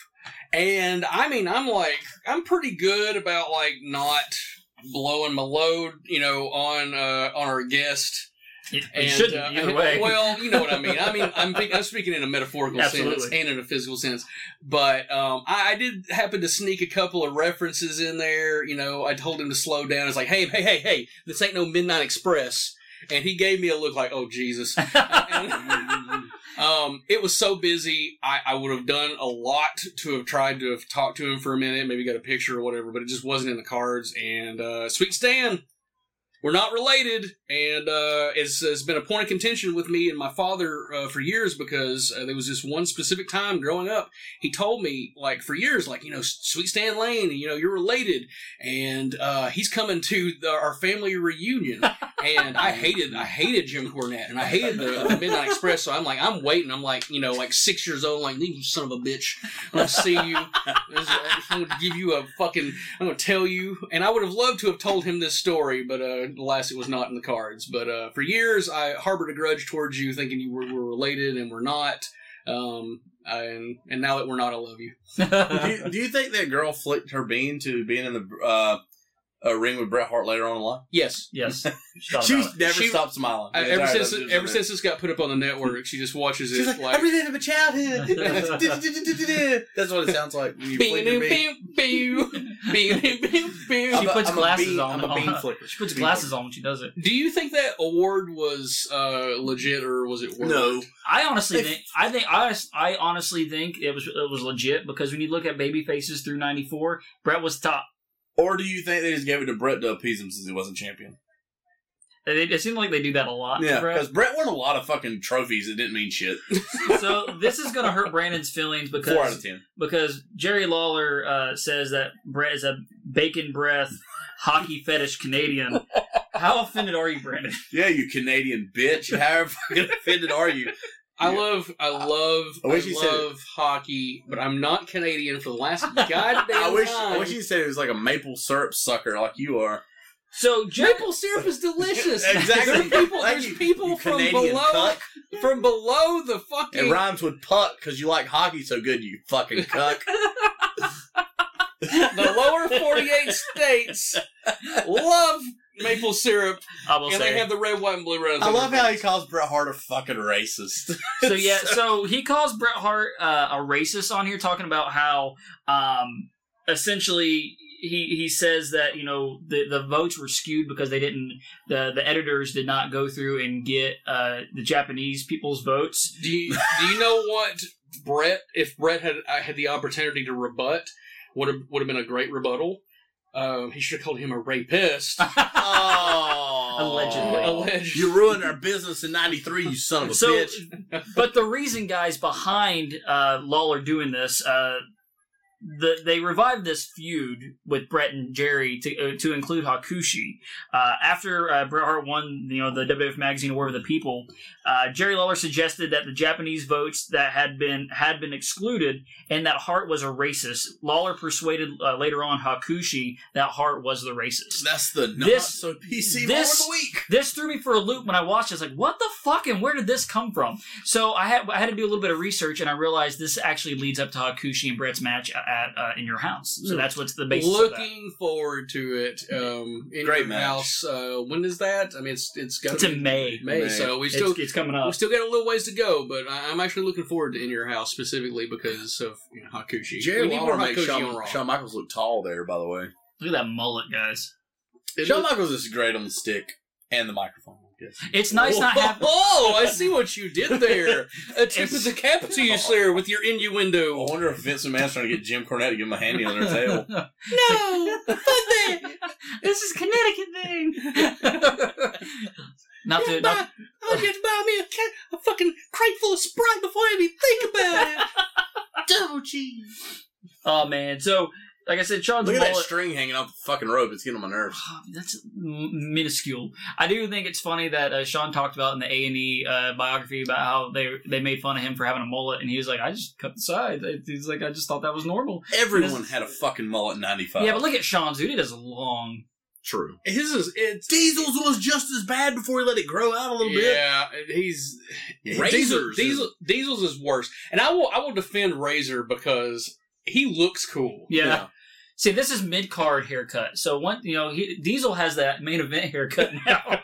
Speaker 3: and I mean, I'm like, I'm pretty good about like not blowing my load, you know, on uh, on our guest.
Speaker 1: It, it
Speaker 3: And,
Speaker 1: shouldn't
Speaker 3: uh,
Speaker 1: either way.
Speaker 3: Well, you know what I mean. I mean, I'm, be- I'm speaking in a metaphorical
Speaker 1: Absolutely.
Speaker 3: sense and in a physical sense. But um, I, I did happen to sneak a couple of references in there. You know, I told him to slow down. It's like, hey, hey, hey, hey, this ain't no Midnight Express. And he gave me a look like, oh, Jesus. um, it was so busy. I, I would have done a lot to have tried to have talked to him for a minute, maybe got a picture or whatever, but it just wasn't in the cards. And uh, sweet Stan, we're not related, and uh, it's, it's been a point of contention with me and my father uh, for years because uh, there was this one specific time growing up. He told me like for years, like you know, sweet Stan Lane, you know, you're related, and uh, he's coming to the, our family reunion and I hated I hated Jim Cornette and I hated the, the Midnight Express. So I'm like I'm waiting. I'm like you know like six years old. Like you son of a bitch, I'm gonna see you. This- I'm gonna give you a fucking. I'm gonna tell you. And I would have loved to have told him this story, but uh, alas, it was not in the cards. But uh, for years, I harbored a grudge towards you, thinking you were, were related and we're not. Um, and and now that we're not, I love you.
Speaker 2: do, you, do you think that girl flicked her bean to being in the uh, uh, ring with Bret Hart later on in life?
Speaker 3: Yes.
Speaker 1: yes, she thought
Speaker 2: She
Speaker 1: about it.
Speaker 2: never
Speaker 3: She-
Speaker 2: stopped smiling.
Speaker 3: I,
Speaker 2: Yeah,
Speaker 3: ever
Speaker 2: sorry,
Speaker 3: since
Speaker 2: that was just
Speaker 3: ever
Speaker 2: a-
Speaker 3: since this got put up on the network, she just watches
Speaker 2: She's
Speaker 3: it
Speaker 2: like,
Speaker 3: like
Speaker 2: everything of my childhood. That's what it sounds like. when you flick your bean.
Speaker 1: She
Speaker 2: I'm a-
Speaker 1: puts
Speaker 2: I'm a
Speaker 1: glasses
Speaker 2: bean-
Speaker 1: on.
Speaker 2: I'm a bean
Speaker 1: on-
Speaker 2: flicker.
Speaker 1: She puts
Speaker 2: Bean
Speaker 1: glasses on when she does it.
Speaker 3: Do you think that award was uh, legit or was it word?
Speaker 2: No.
Speaker 1: I honestly
Speaker 2: If-
Speaker 1: think I think I, honest- I honestly think it was it was legit because when you look at baby faces through '94, Brett was top.
Speaker 2: Or do you think they just gave it to Brett to appease him since he wasn't champion?
Speaker 1: It, it seemed like they do that a lot.
Speaker 2: Yeah,
Speaker 1: Brett.
Speaker 2: because Brett won a lot of fucking trophies that didn't mean shit.
Speaker 1: so this is gonna hurt Brandon's feelings
Speaker 2: Four out
Speaker 1: because
Speaker 2: of ten.
Speaker 1: because Jerry Lawler uh, says that Brett is a bacon breath hockey fetish Canadian. How offended are you, Brandon?
Speaker 2: Yeah, you Canadian bitch. How fucking offended are you?
Speaker 3: I
Speaker 2: Yeah.
Speaker 3: love, I love,
Speaker 2: I
Speaker 3: I,
Speaker 2: wish you said it.
Speaker 3: love hockey, but I'm not Canadian for the last goddamn
Speaker 2: I wish
Speaker 3: time.
Speaker 2: I wish you said it was like a maple syrup sucker like you are.
Speaker 1: So Jer-
Speaker 3: Maple syrup is delicious.
Speaker 2: Exactly.
Speaker 3: There are people,
Speaker 2: Thank
Speaker 3: there's
Speaker 2: you,
Speaker 3: people
Speaker 2: you
Speaker 3: from
Speaker 2: Canadian
Speaker 3: below,
Speaker 2: cuck.
Speaker 3: from below the
Speaker 2: It
Speaker 3: fucking.
Speaker 2: rhymes with puck because you like hockey so good, you fucking cuck.
Speaker 3: the lower 48 states love maple syrup,
Speaker 1: I will
Speaker 3: and
Speaker 1: say
Speaker 3: they have the red, white, and blue ribbons.
Speaker 2: I
Speaker 3: on
Speaker 2: love
Speaker 3: their
Speaker 2: how he calls Bret Hart a fucking racist.
Speaker 1: So yeah, so he calls Bret Hart uh, a racist on here, talking about how um, essentially he he says that you know the the votes were skewed because they didn't the the editors did not go through and get uh, the Japanese people's votes.
Speaker 3: Do you, do you know what Brett? If Brett had I had the opportunity to rebut, would have would have been a great rebuttal. Um, he should have called him a rapist.
Speaker 2: Oh.
Speaker 1: Allegedly.
Speaker 3: Alleged.
Speaker 2: You ruined our business in 93, you son of a
Speaker 1: So,
Speaker 2: bitch.
Speaker 1: but the reason, guys, behind uh, Lawler doing this, uh, the, they revived this feud with Brett and Jerry to uh, to include Hakushi. Uh, after uh, Bret Hart won, you know, the WWF Magazine Award of the People, uh, Jerry Lawler suggested that the Japanese votes that had been had been excluded and that Hart was a racist. Lawler persuaded uh, later on Hakushi that Hart was the racist.
Speaker 2: That's the not
Speaker 1: This-
Speaker 2: so PC this,
Speaker 1: this-
Speaker 2: of the week.
Speaker 1: This threw me for a loop when I watched. it. I was like, "What the fuck?" And where did this come from? So I had I had to do a little bit of research, and I realized this actually leads up to Hakushi and Brett's match at uh, in your house. So that's what's the basis. of that.
Speaker 3: Looking forward to it. Um, in
Speaker 2: Great
Speaker 3: your
Speaker 2: match.
Speaker 3: house. Uh, when is that? I mean, it's it's got
Speaker 1: It's in May.
Speaker 3: May,
Speaker 2: May.
Speaker 3: so we
Speaker 1: It's,
Speaker 3: still
Speaker 1: it's coming
Speaker 3: we
Speaker 1: up.
Speaker 3: still got a little ways to go. But I, I'm actually looking forward to in your house specifically because of you know, Hakushi.
Speaker 2: Jerry
Speaker 3: we need
Speaker 2: Lawler
Speaker 3: more
Speaker 2: makes
Speaker 3: Hakushi on
Speaker 2: Shawn,
Speaker 3: Raw.
Speaker 2: Shawn Michaels look tall there, by the way.
Speaker 1: Look at that mullet, guys.
Speaker 2: Shawn Michaels is great on the stick and the microphone. I guess.
Speaker 1: It's nice not having.
Speaker 3: Oh, I see what you did there. A tip
Speaker 1: It's-
Speaker 3: of the cap to you, sir, with your
Speaker 2: I
Speaker 3: innuendo.
Speaker 2: wonder if Vince McMahon's trying to get Jim Cornette to give him a handy on their tail.
Speaker 1: no, fuck that. This is Connecticut thing. not to not,
Speaker 3: I'll just buy me a, ca- a fucking crate full of Sprite before I even think about it. Double cheese.
Speaker 1: Oh man, so like I said, Sean's
Speaker 2: Look at that
Speaker 1: mullet-
Speaker 2: string hanging off the fucking rope. It's getting on my nerves.
Speaker 1: that's m- minuscule. I do think it's funny that uh, Sean talked about in the A and E uh, biography about how they they made fun of him for having a mullet, and he was like, "I just cut the sides." He's like, "I just thought that was normal."
Speaker 2: Everyone had a fucking mullet in 95.
Speaker 1: Yeah, but look at Sean's dude; it is long.
Speaker 2: True.
Speaker 3: His is it's
Speaker 2: Diesel's was just as bad before he let it grow out a little
Speaker 3: yeah. He's
Speaker 2: bit.
Speaker 3: Diesel,
Speaker 2: Razors.
Speaker 3: Diesel, Diesel's is worse, and I will I will defend Razor because he looks cool.
Speaker 1: Yeah. See, this is mid card haircut. So one, you know, he, Diesel has that main event haircut now.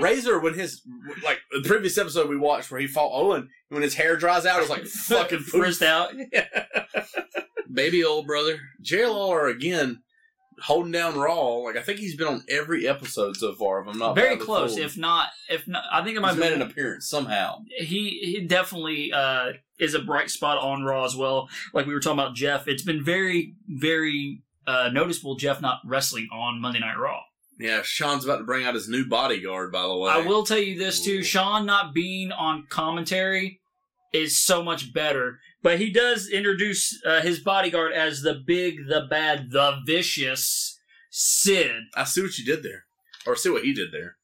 Speaker 2: Razor, when his, like, the previous episode we watched where he fought Owen, when his hair dries out, it's like fucking frizz.
Speaker 1: frizzed out.
Speaker 3: Baby old brother.
Speaker 2: Jerry Lawler, again, holding down Raw. Like, I think he's been on every episode so far, if I'm not
Speaker 1: Very
Speaker 2: badly
Speaker 1: close.
Speaker 2: fooled.
Speaker 1: If not, if not, I think it might
Speaker 2: he's
Speaker 1: be-
Speaker 2: made an appearance somehow.
Speaker 1: he he definitely uh, is a bright spot on Raw as well. Like we were talking about Jeff, it's been very very uh, noticeable. Jeff not wrestling on Monday Night Raw.
Speaker 2: Yeah, Sean's about to bring out his new bodyguard, by the way.
Speaker 1: I will tell you this too: Sean not being on commentary is so much better. But he does introduce uh, his bodyguard as the big, the bad, the vicious Sid.
Speaker 2: I see what you did there. Or see what he did there.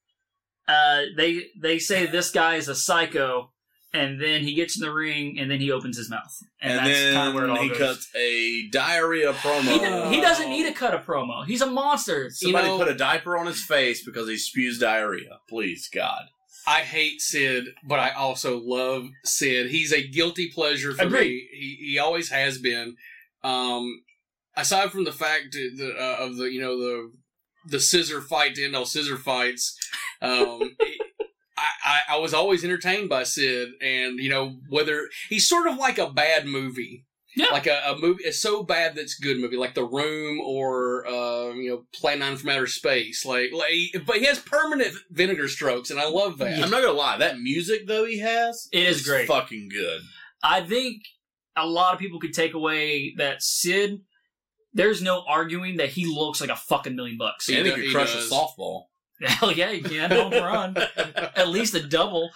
Speaker 1: Uh, they they say this guy is a psycho. And then he gets in the ring, and then he opens his mouth, and,
Speaker 2: And,
Speaker 1: that's kind
Speaker 2: then
Speaker 1: of where it all
Speaker 2: he
Speaker 1: goes.
Speaker 2: cuts a diarrhea promo.
Speaker 1: He, he doesn't need to cut a promo. He's a monster.
Speaker 2: Somebody
Speaker 3: You know-
Speaker 2: put a diaper on his face because he spews diarrhea. Please, God.
Speaker 3: I hate Sid, but I also love Sid. He's a guilty pleasure for me.
Speaker 1: Agreed.
Speaker 3: He, he always has been. Um, aside from the fact that, uh, of the you know the the scissor fight to end all scissor fights, um, I, I I was always entertained by Sid, and you know whether he's sort of like a bad movie.
Speaker 1: Yeah.
Speaker 3: Like a, a movie, it's so bad that's a good movie, like The Room or uh, you know Plan Nine from Outer Space. Like, like, but he has permanent vinegar strokes, and I love that.
Speaker 2: I'm not gonna lie, that music though he has
Speaker 1: It is great.
Speaker 2: Fucking good.
Speaker 1: I think a lot of people could take away that Sid. There's no arguing that he looks like a fucking million bucks.
Speaker 3: He
Speaker 2: and he
Speaker 3: do-
Speaker 2: could
Speaker 3: he
Speaker 2: crush
Speaker 3: does.
Speaker 2: a softball.
Speaker 1: Hell yeah, you can home run. At least a double.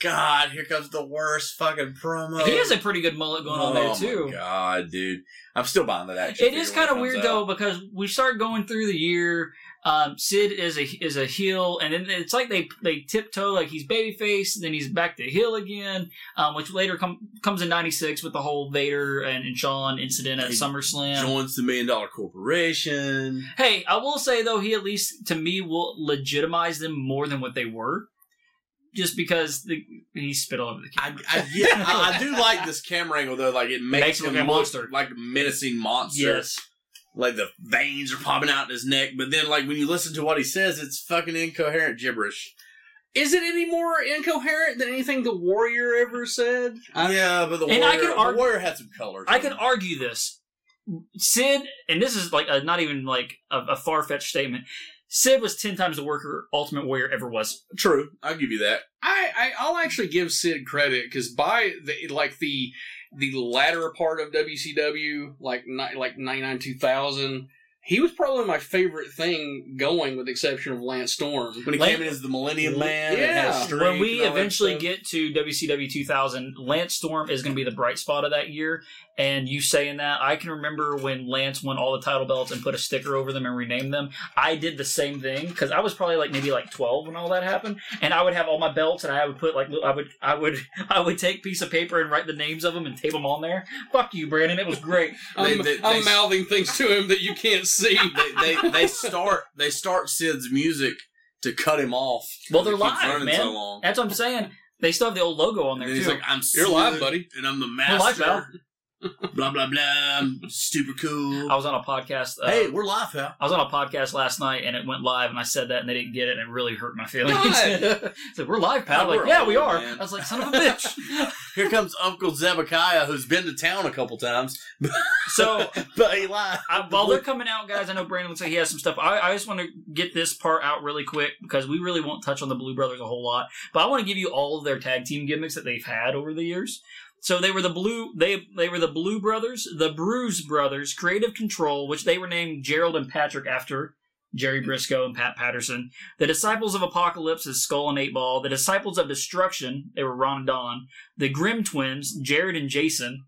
Speaker 2: God, here comes the worst fucking promo.
Speaker 1: He has a pretty good mullet going on there
Speaker 2: Oh My
Speaker 1: too.
Speaker 2: God, dude, I'm still buying that action.
Speaker 1: It is
Speaker 2: figure
Speaker 1: kind of
Speaker 2: when comes
Speaker 1: weird
Speaker 2: out.
Speaker 1: though because we start going through the year. Um, Sid is a is a heel, and then it's like they they tiptoe like he's babyface, then he's back to heel again, um, which later com- comes in '96 with the whole Vader and, and Sean incident at
Speaker 2: He
Speaker 1: SummerSlam.
Speaker 2: Joins the Million Dollar Corporation.
Speaker 1: Hey, I will say though, he at least to me will legitimize them more than what they were, just because the, he spit all over the
Speaker 2: I,
Speaker 1: camera.
Speaker 2: I, yeah, I, I do like this camera angle though. Like it makes,
Speaker 1: Makes him look like a
Speaker 2: him look
Speaker 1: monster.
Speaker 2: like a menacing monster.
Speaker 1: yes,
Speaker 2: like the veins are popping out in his neck. But then, like when you listen to what he says, it's fucking incoherent gibberish.
Speaker 3: Is it any more incoherent than anything the Warrior ever said?
Speaker 2: yeah, but the
Speaker 1: And
Speaker 2: warrior,
Speaker 1: I could argue-
Speaker 2: the warrior had some color. to
Speaker 1: I
Speaker 2: him.
Speaker 1: can argue this. Sid, and this is like a, not even like a, a far fetched statement. Sid was ten times the worker Ultimate Warrior ever was.
Speaker 2: True, I'll give you that.
Speaker 3: I, I I'll actually give Sid credit because by the like the the latter part of WCW, like ni- like ninety nine two thousand, he was probably my favorite thing going, with the exception of Lance Storm.
Speaker 2: When he
Speaker 1: Lan-
Speaker 2: came in as the Millennium Man, and
Speaker 3: Yeah.
Speaker 2: had a streak
Speaker 1: when we
Speaker 2: and all that
Speaker 1: eventually
Speaker 2: stuff.
Speaker 1: get to WCW 2000, Lance Storm is going to be the bright spot of that year. And you saying that, I can remember when Lance won all the title belts and put a sticker over them and renamed them. I did the same thing because I was probably like maybe like 12 when all that happened, and I would have all my belts and I would put like I would I would I would take piece of paper and write the names of them and tape them on there. Fuck you, Brandon. It was great.
Speaker 3: I'm,
Speaker 2: They- they-
Speaker 3: I'm
Speaker 2: they-
Speaker 3: mouthing things to him that you can't see.
Speaker 2: they, they they start they start Sid's music to cut him off.
Speaker 1: Well, they're
Speaker 2: He keeps
Speaker 1: live,
Speaker 2: running
Speaker 1: man.
Speaker 2: So long.
Speaker 1: That's what I'm saying. They still have the old logo on
Speaker 2: And
Speaker 1: there
Speaker 2: then
Speaker 1: too.
Speaker 2: he's like, "I'm
Speaker 3: You're live,
Speaker 2: Sid,
Speaker 3: buddy.
Speaker 2: and I'm the
Speaker 1: I'm live,
Speaker 2: master." blah blah blah. I'm Super cool.
Speaker 1: I was on a podcast. Uh,
Speaker 2: hey, we're live, pal.
Speaker 1: I was on a podcast last night and it went live and I said that and they didn't get it and it really hurt my feelings.
Speaker 3: Why?
Speaker 1: It's like, we're live, pal.
Speaker 2: God,
Speaker 1: Like,
Speaker 2: we're
Speaker 1: yeah, we
Speaker 2: old,
Speaker 1: are.
Speaker 2: man.
Speaker 1: I was like, son of a bitch.
Speaker 2: Here comes Uncle Zebekiah, who's been to town a couple times,
Speaker 1: so
Speaker 2: but he lied.
Speaker 1: I, while they're coming out, guys, I know Brandon looks like he has some stuff. I, I just want to get this part out really quick because we really won't touch on the Blue Brothers a whole lot. But I want to give you all of their tag team gimmicks that they've had over the years. So they were the blue they they were the Blue Brothers, the Bruise Brothers, Creative Control, which they were named Gerald and Patrick after Jerry Briscoe and Pat Patterson. The Disciples of Apocalypse is Skull and Eight Ball. The Disciples of Destruction, they were Ron and Don. The Grim Twins, Jared and Jason.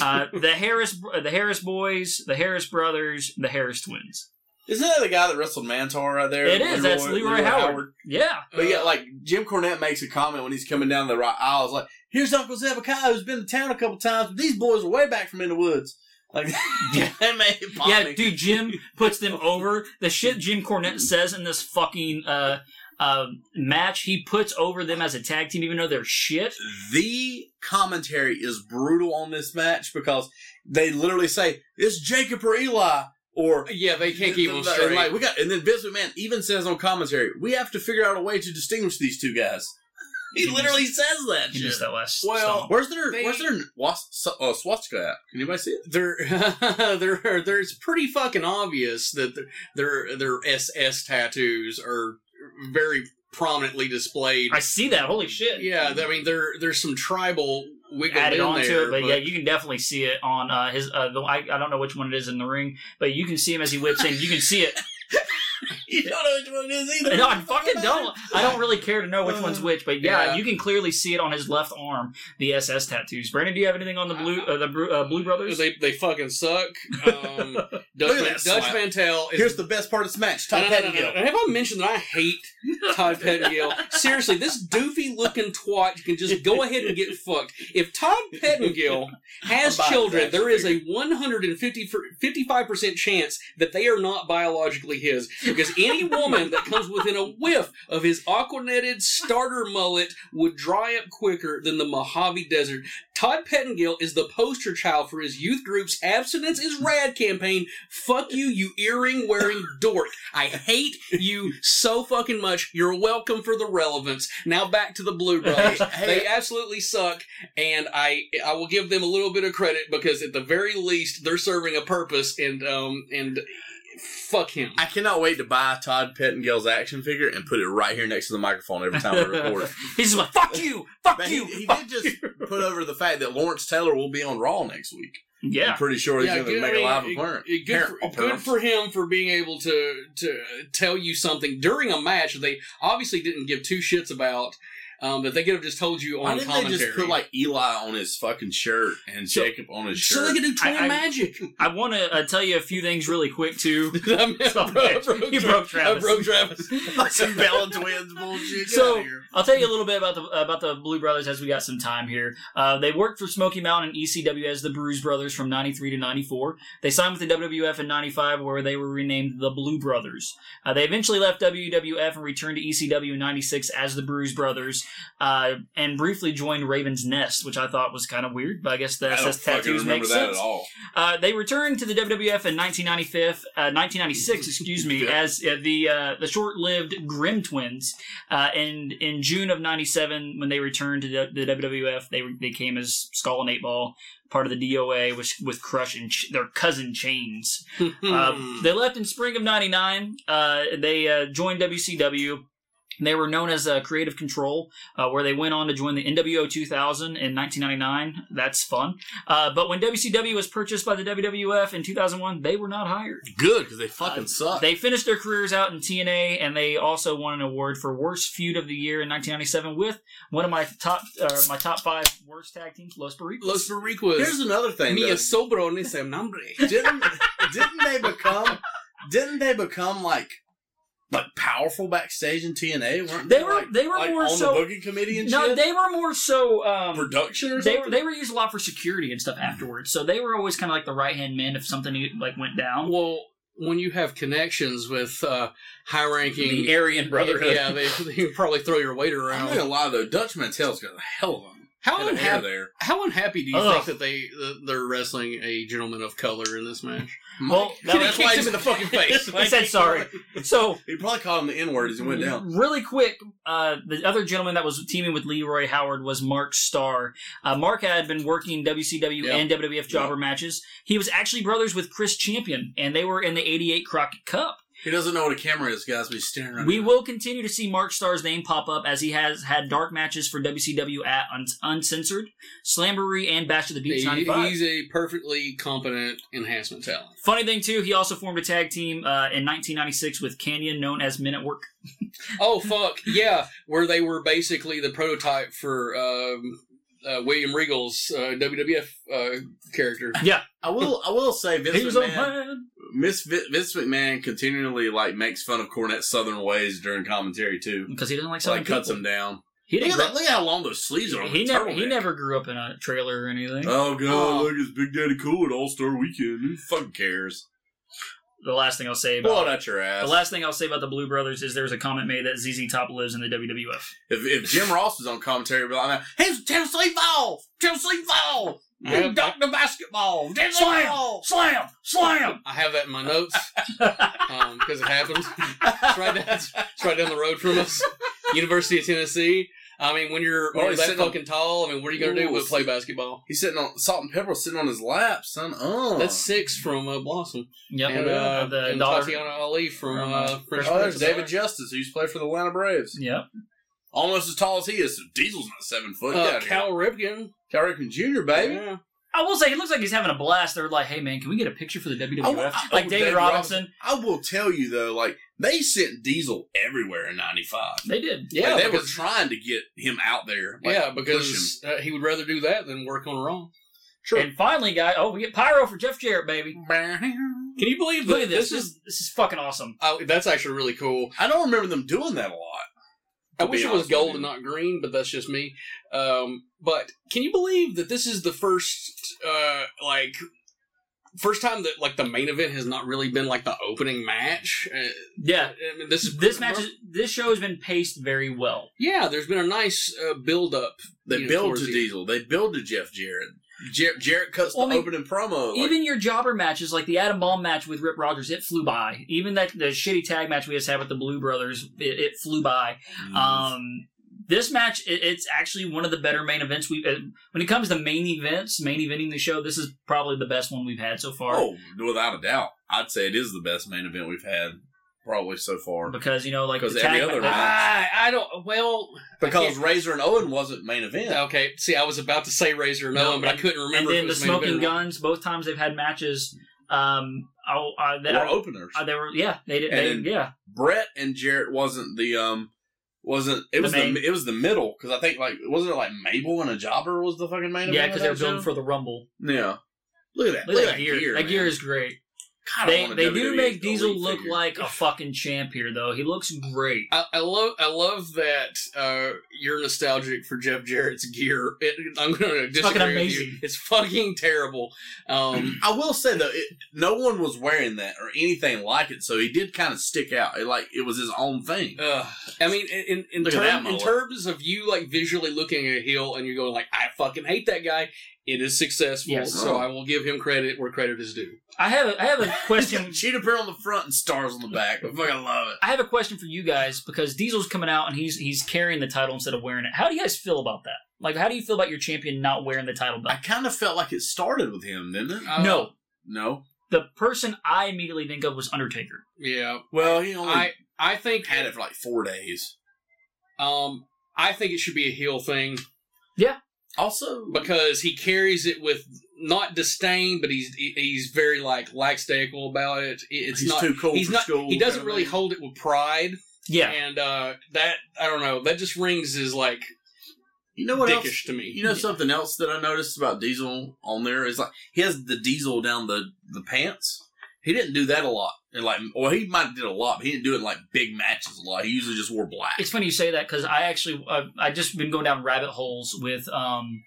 Speaker 1: Uh, the Harris, the Harris boys, the Harris brothers, the Harris twins.
Speaker 2: Isn't that the guy that wrestled Mantar right there?
Speaker 1: It is. That's Leroy, Howard. Yeah,
Speaker 2: But yeah, like Jim Cornette makes a comment when he's coming down the right aisle. It's like, here's Uncle Zebekiah who's been to town a couple times, but these boys are way back from in the woods. Like, that made it pop
Speaker 1: yeah,
Speaker 2: me.
Speaker 1: dude. Jim puts them over. The shit Jim Cornette says in this fucking uh, uh, match, he puts over them as a tag team, even though they're shit.
Speaker 2: The commentary is brutal on this match because they literally say, it's Jacob or Eli. Or
Speaker 3: yeah, they can't keep him
Speaker 2: And,
Speaker 3: straight.
Speaker 2: Like we got, and then Vince McMahon even says on commentary, we have to figure out a way to distinguish these two guys. He literally says that.
Speaker 1: He
Speaker 2: Shit.
Speaker 1: missed that last.
Speaker 3: Well,
Speaker 1: stomp.
Speaker 2: Where's their
Speaker 3: They-
Speaker 2: Where's their was, uh, swastika at? Can anybody see it?
Speaker 3: they're, they're, they're, it's pretty fucking obvious that their, their, their SS tattoos are very prominently displayed.
Speaker 1: I see that. Holy shit.
Speaker 3: yeah, I mean, there, there's some tribal wiggle
Speaker 1: Added
Speaker 3: in
Speaker 1: on to
Speaker 3: there,
Speaker 1: it, but, yeah, you can definitely see it on uh, his. Uh, the, I, I don't know which one it is in the ring, but you can see him as he whips in. You can see it.
Speaker 2: You don't know which one it is either.
Speaker 1: No, I fucking don't. I don't really care to know which one's which, but yeah,
Speaker 3: Yeah.
Speaker 1: you can clearly see it on his left arm. The SS tattoos. Brandon, do you have anything on the blue uh, the Bru- uh, Blue Brothers?
Speaker 3: They, they fucking suck. Um, Dutch,
Speaker 2: that
Speaker 3: Man, Dutch
Speaker 2: slap.
Speaker 3: Mantel is
Speaker 2: Here's the best part of Smash. Todd
Speaker 3: No, no, no, no,
Speaker 2: Pettengill.
Speaker 3: no, no. Have I mentioned that I hate Todd Pettingill? Seriously, this doofy looking twat can just go ahead and get fucked. If Todd Pettingill has
Speaker 2: I'm buying
Speaker 3: children,
Speaker 2: that
Speaker 3: there is a 155 percent chance that they are not biologically his. Because any woman that comes within a whiff of his aquanetted starter mullet would dry up quicker than the Mojave Desert. Todd Pettingill is the poster child for his youth group's Abstinence is Rad campaign. Fuck you, you earring wearing dork. I hate you so fucking much. You're welcome for the relevance. Now back to the Blue Brothers. They absolutely suck, and I I will give them a little bit of credit because at the very least they're serving a purpose and um and fuck him.
Speaker 2: I cannot wait to buy Todd Pettingill's action figure and put it right here next to the microphone every time we record.
Speaker 1: He's just like, fuck you, fuck
Speaker 2: But he,
Speaker 1: you.
Speaker 2: he
Speaker 1: fuck
Speaker 2: did just put over the fact that Lawrence Taylor will be on Raw next week.
Speaker 1: you."
Speaker 2: I'm
Speaker 1: Yeah.
Speaker 2: pretty sure he's going to
Speaker 3: good-
Speaker 2: make
Speaker 3: I mean,
Speaker 2: a live
Speaker 3: it-
Speaker 2: appearance.
Speaker 3: it- Good, for, good for him for being able to to tell you something during a match that they obviously didn't give two shits about. Um, that they could have just told you
Speaker 2: Why
Speaker 3: on
Speaker 2: didn't
Speaker 3: commentary.
Speaker 2: they just put like Eli on his fucking shirt and
Speaker 1: So-
Speaker 2: Jacob on his
Speaker 3: so
Speaker 2: shirt?
Speaker 3: they could do twin
Speaker 1: I- I-
Speaker 3: magic.
Speaker 1: I want to uh, tell you a few things really quick too.
Speaker 3: I mean,
Speaker 1: Stop
Speaker 3: I broke-
Speaker 1: it.
Speaker 3: I broke
Speaker 1: You
Speaker 3: Tra-
Speaker 1: broke
Speaker 3: I
Speaker 1: Travis.
Speaker 3: broke Travis.
Speaker 2: Some Bella Twins bullshit. Get
Speaker 1: So-
Speaker 2: out of here.
Speaker 1: I'll tell you a little bit about the about the Blue Brothers as we got some time here. Uh, they worked for Smoky Mountain and ECW as the Bruise Brothers from '93 to '94. They signed with the WWF in '95, where they were renamed the Blue Brothers. Uh, they eventually left WWF and returned to ECW in '96 as the Bruise Brothers, uh, and briefly joined Raven's Nest, which I thought was kind of weird, but I guess the
Speaker 2: I don't
Speaker 1: SS
Speaker 2: fucking
Speaker 1: tattoos make
Speaker 2: remember that
Speaker 1: sense.
Speaker 2: at all.
Speaker 1: Uh, they returned to the WWF in 1995, uh, 1996, excuse me, as uh, the uh, the short-lived Grim Twins. Uh, and in June of '97, when they returned to the, the WWF, they were- they came as Skull and Eight Ball, part of the DOA, with with Crush and Ch- their cousin Chains. Um, Uh, they left in spring of '99. Uh, they uh, joined WCW. And they were known as uh, Creative Control, uh, where they went on to join the NWO 2000 in 1999. That's fun. Uh, but when WCW was purchased by the WWF in 2001, they were not hired.
Speaker 2: Good, because they fucking suck.
Speaker 1: Uh, They finished their careers out in TNA, and they also won an award for Worst Feud of the Year in 1997 with one of my top uh, my top five worst tag teams, Los Barricos.
Speaker 3: Los Barriquas.
Speaker 2: Here's another thing.
Speaker 3: Mia
Speaker 2: though.
Speaker 3: sobro en ese nombre.
Speaker 2: didn't didn't they become didn't they become like like powerful backstage in TNA? Weren't
Speaker 1: They were-
Speaker 2: like-
Speaker 1: they were
Speaker 2: like
Speaker 1: more
Speaker 2: on
Speaker 1: so-
Speaker 2: the booking committee and
Speaker 1: no,
Speaker 2: shit?
Speaker 1: they were more so. Um,
Speaker 2: production or
Speaker 1: they
Speaker 2: something.
Speaker 1: were they were used a lot for security and stuff afterwards, so they were always kind of like the right hand men if something like went down.
Speaker 3: Well, when you have connections with uh, high ranking.
Speaker 1: The Aryan Brotherhood.
Speaker 3: Yeah, they, they probably throw your weight
Speaker 2: I'm
Speaker 3: around.
Speaker 2: not gonna lie though, Dutch Mantel's got a hell of a
Speaker 3: How
Speaker 2: head of hair
Speaker 3: unhappy,
Speaker 2: there.
Speaker 3: how unhappy do you
Speaker 1: Ugh.
Speaker 3: think that they that they're wrestling a gentleman of color in this match?
Speaker 1: Well, that was-
Speaker 3: That's why he's in the fucking face.
Speaker 1: he said sorry. So
Speaker 2: He probably called him the N word as he went down.
Speaker 1: Really quick, uh, the other gentleman that was teaming with Leroy Howard was Mark Starr. Uh, Mark had been working WCW
Speaker 3: Yeah.
Speaker 1: and WWF jobber matches. He was actually brothers with Chris Champion, and they were in the '88 Crockett Cup.
Speaker 2: He doesn't know what a camera is, guys. But he's staring right
Speaker 1: We
Speaker 2: now.
Speaker 1: will continue to see Mark Starr's name pop up as he has had dark matches for WCW at Un- Uncensored, Slamboree, and Bash to the Beach
Speaker 3: He-
Speaker 1: '95.
Speaker 3: he's a perfectly competent enhancement talent.
Speaker 1: Funny thing too, he also formed a tag team uh, in 1996 with Canyon, known as Men at Work.
Speaker 3: Oh fuck yeah, where they were basically the prototype for um, uh, William Regal's uh, WWF uh, character.
Speaker 2: I will. I will say Vince
Speaker 1: He was on
Speaker 2: McMahon.
Speaker 1: fire.
Speaker 2: Miss Vi- Vince McMahon continually like makes fun of Cornette's Southern ways during commentary too.
Speaker 1: because he doesn't like
Speaker 2: So
Speaker 1: selling
Speaker 2: like cuts
Speaker 1: people.
Speaker 2: him down.
Speaker 1: He
Speaker 2: Look
Speaker 1: didn't.
Speaker 2: at,
Speaker 1: grow-
Speaker 2: that, look at how long those sleeves are. on
Speaker 1: he
Speaker 2: the
Speaker 1: never he
Speaker 2: turtleneck.
Speaker 1: never grew up in a trailer or anything.
Speaker 2: Oh god,
Speaker 3: Oh.
Speaker 2: look, it's Big Daddy Cool at All Star Weekend. Who fucking cares?
Speaker 1: the last thing I'll say about
Speaker 2: Blow it out your ass.
Speaker 1: the last thing I'll say about the Blue Brothers is there was a comment made that ZZ Top lives in the WWF.
Speaker 2: if, if Jim Ross was on commentary, but I'm like, hey, Tennessee Ball, Tennessee Ball,
Speaker 3: I have, I,
Speaker 2: Doctor Basketball, Tennessee
Speaker 1: Slam!
Speaker 2: Ball.
Speaker 1: Slam, slam.
Speaker 3: I have that in my notes because it happens. It's right, down, it's right down the road from us. University of Tennessee. I mean, when you're,
Speaker 2: Oh,
Speaker 3: when you're
Speaker 2: he's
Speaker 3: that
Speaker 2: sitting on-
Speaker 3: fucking tall, I mean, what are you gonna do
Speaker 2: Ooh.
Speaker 3: but play basketball?
Speaker 2: He's sitting on salt and pepper, sitting on his lap, son. Oh,
Speaker 3: That's six from uh, Blossom
Speaker 1: Yep.
Speaker 3: and, uh,
Speaker 1: the
Speaker 3: and
Speaker 1: dollar.
Speaker 3: Tatiana Ali from
Speaker 1: from,
Speaker 3: uh,
Speaker 1: uh,
Speaker 3: Fresh
Speaker 2: oh,
Speaker 3: Prince
Speaker 2: there's
Speaker 3: of
Speaker 2: David
Speaker 3: Bel-Air.
Speaker 2: Justice, who used to play for the Atlanta Braves.
Speaker 1: Yep.
Speaker 2: Almost as tall as he is. So Diesel's not seven foot.
Speaker 3: Uh,
Speaker 2: yeah, Cal,
Speaker 3: Cal Ripken,
Speaker 2: Cal Ripken Jr., baby.
Speaker 3: Yeah.
Speaker 1: I will say he looks like he's having a blast. They're like, hey man, can we get a picture for the WWF?
Speaker 2: I- I-
Speaker 1: like
Speaker 2: oh,
Speaker 1: David
Speaker 2: David
Speaker 1: Robinson.
Speaker 2: I will tell you though, like they sent Diesel everywhere in '95.
Speaker 1: They did.
Speaker 3: Yeah,
Speaker 2: like, they were
Speaker 3: because,
Speaker 2: trying to get him out there. like,
Speaker 3: yeah,
Speaker 2: push him.
Speaker 3: because uh, he would rather do that than work on Raw.
Speaker 1: And finally, guy, oh, we get pyro for Jeff Jarrett, baby.
Speaker 3: Can you believe
Speaker 1: Look at this. This is this is fucking awesome.
Speaker 3: I, that's actually really cool.
Speaker 2: I don't remember them doing that a lot.
Speaker 3: I
Speaker 2: To
Speaker 3: wish
Speaker 2: be
Speaker 3: it was
Speaker 2: honest with
Speaker 3: gold
Speaker 2: you.
Speaker 3: and not green, but that's just me. Um, but can you believe that this is the first, uh, like, first time that like the main event has not really been like the opening match? Uh,
Speaker 1: Yeah.
Speaker 3: I mean, this is
Speaker 1: This match, is, this show has been paced very well.
Speaker 3: yeah. There's been a nice uh, build up.
Speaker 2: They
Speaker 3: you know,
Speaker 2: build
Speaker 3: towards
Speaker 2: to
Speaker 3: the-
Speaker 2: Diesel. They build to Jeff Jarrett. Jer- Jarrett cuts
Speaker 1: Well, I
Speaker 2: the
Speaker 1: mean,
Speaker 2: opening promo. Like,
Speaker 1: Even your jobber matches, like the Adam Bomb match with Rip Rogers, it flew by. Even that the shitty tag match we just had with the Blue Brothers, it, it flew by.
Speaker 2: Mm. Mm-hmm.
Speaker 3: uh,
Speaker 1: Um, this match, it, it's actually one of the better main events we. Uh, when it comes to main events, main eventing the show, this is probably the best one we've had so far.
Speaker 2: oh, without a doubt, I'd say it is the best main event we've had probably so far.
Speaker 1: Because you know, like the
Speaker 2: 'Cause every
Speaker 1: tag
Speaker 2: other
Speaker 1: ma-
Speaker 2: match-
Speaker 3: I, I don't. Well,
Speaker 2: Because Razor and Owen wasn't main event.
Speaker 3: okay. See, I was about to say Razor and
Speaker 1: No,
Speaker 3: Owen, but I
Speaker 1: and-
Speaker 3: couldn't
Speaker 1: and
Speaker 3: remember. if
Speaker 1: then
Speaker 3: it
Speaker 1: the
Speaker 3: was main event
Speaker 1: Smoking
Speaker 3: or not.
Speaker 1: Guns. Both times they've had matches. Um, I, I, they,
Speaker 2: Or openers.
Speaker 1: uh, they were yeah they did
Speaker 2: And
Speaker 1: they,
Speaker 2: then-
Speaker 1: yeah
Speaker 2: Brett and Jarrett wasn't the um wasn't it
Speaker 1: The
Speaker 2: was the,
Speaker 1: main.
Speaker 2: it was the middle because I think like wasn't it like Mabel and a Jobber was the fucking main event?
Speaker 1: yeah
Speaker 2: of
Speaker 1: because they were
Speaker 2: that
Speaker 1: building
Speaker 2: show?
Speaker 1: for the Rumble.
Speaker 2: yeah. Look at that!
Speaker 1: Look at that gear. that
Speaker 2: man.
Speaker 1: gear is great.
Speaker 2: God, I
Speaker 1: They,
Speaker 2: want E a
Speaker 1: they do
Speaker 2: WWE
Speaker 1: make Diesel
Speaker 2: elite
Speaker 1: look
Speaker 2: figure.
Speaker 1: like a fucking champ here, though. He looks great.
Speaker 3: I, I love I love that uh, you're nostalgic for Jeff Jarrett's gear. It, I'm gonna disagree
Speaker 1: fucking
Speaker 3: with you.
Speaker 1: amazing.
Speaker 3: It's fucking terrible. Um,
Speaker 2: I will say though, it, no one was wearing that or anything like it, so he did kind of stick out. It, like it was his own thing.
Speaker 1: Uh,
Speaker 3: ugh. uh, I mean, in in, in,
Speaker 2: Look at
Speaker 3: term-
Speaker 2: that
Speaker 3: in
Speaker 2: mullet.
Speaker 3: terms of you like visually looking at a heel and you're going like, I fucking hate that guy. It is successful,
Speaker 1: Yes.
Speaker 3: so I will give him credit where credit is due.
Speaker 1: I have a, I have a question.
Speaker 2: She'd appear on the front and stars on the back. I fucking love it.
Speaker 1: I have a question for you guys because Diesel's coming out and he's he's carrying the title instead of wearing it. How do you guys feel about that? Like, how do you feel about your champion not wearing the title
Speaker 2: I
Speaker 1: belt?
Speaker 2: kind of felt like it started with him, didn't it?
Speaker 3: I-
Speaker 1: no,
Speaker 2: no.
Speaker 1: the person I immediately think of was Undertaker.
Speaker 3: Yeah,
Speaker 2: Well, he only
Speaker 3: I I think
Speaker 2: had it for like four days.
Speaker 3: Um, I think it should be a heel thing
Speaker 2: Also,
Speaker 3: because he carries it with not disdain, but he's he- he's very like lackadaisical about it. It- It's
Speaker 2: he's
Speaker 3: not.
Speaker 2: too cool
Speaker 3: He's
Speaker 2: for
Speaker 3: not.
Speaker 2: school.
Speaker 3: He doesn't
Speaker 2: kinda
Speaker 3: really
Speaker 2: thing.
Speaker 3: hold it with pride,
Speaker 1: Yeah.
Speaker 3: and uh, that I don't know. That just rings as like
Speaker 2: You know what else?
Speaker 3: dickish to me.
Speaker 2: You know something else that I noticed about Diesel on there is like he has the Diesel down the the pants. He didn't do that a lot, and like, well, he might have did a lot, but he didn't do it in like big matches a lot. He usually just wore black.
Speaker 1: It's funny you say that because I actually uh, I just been going down rabbit holes with um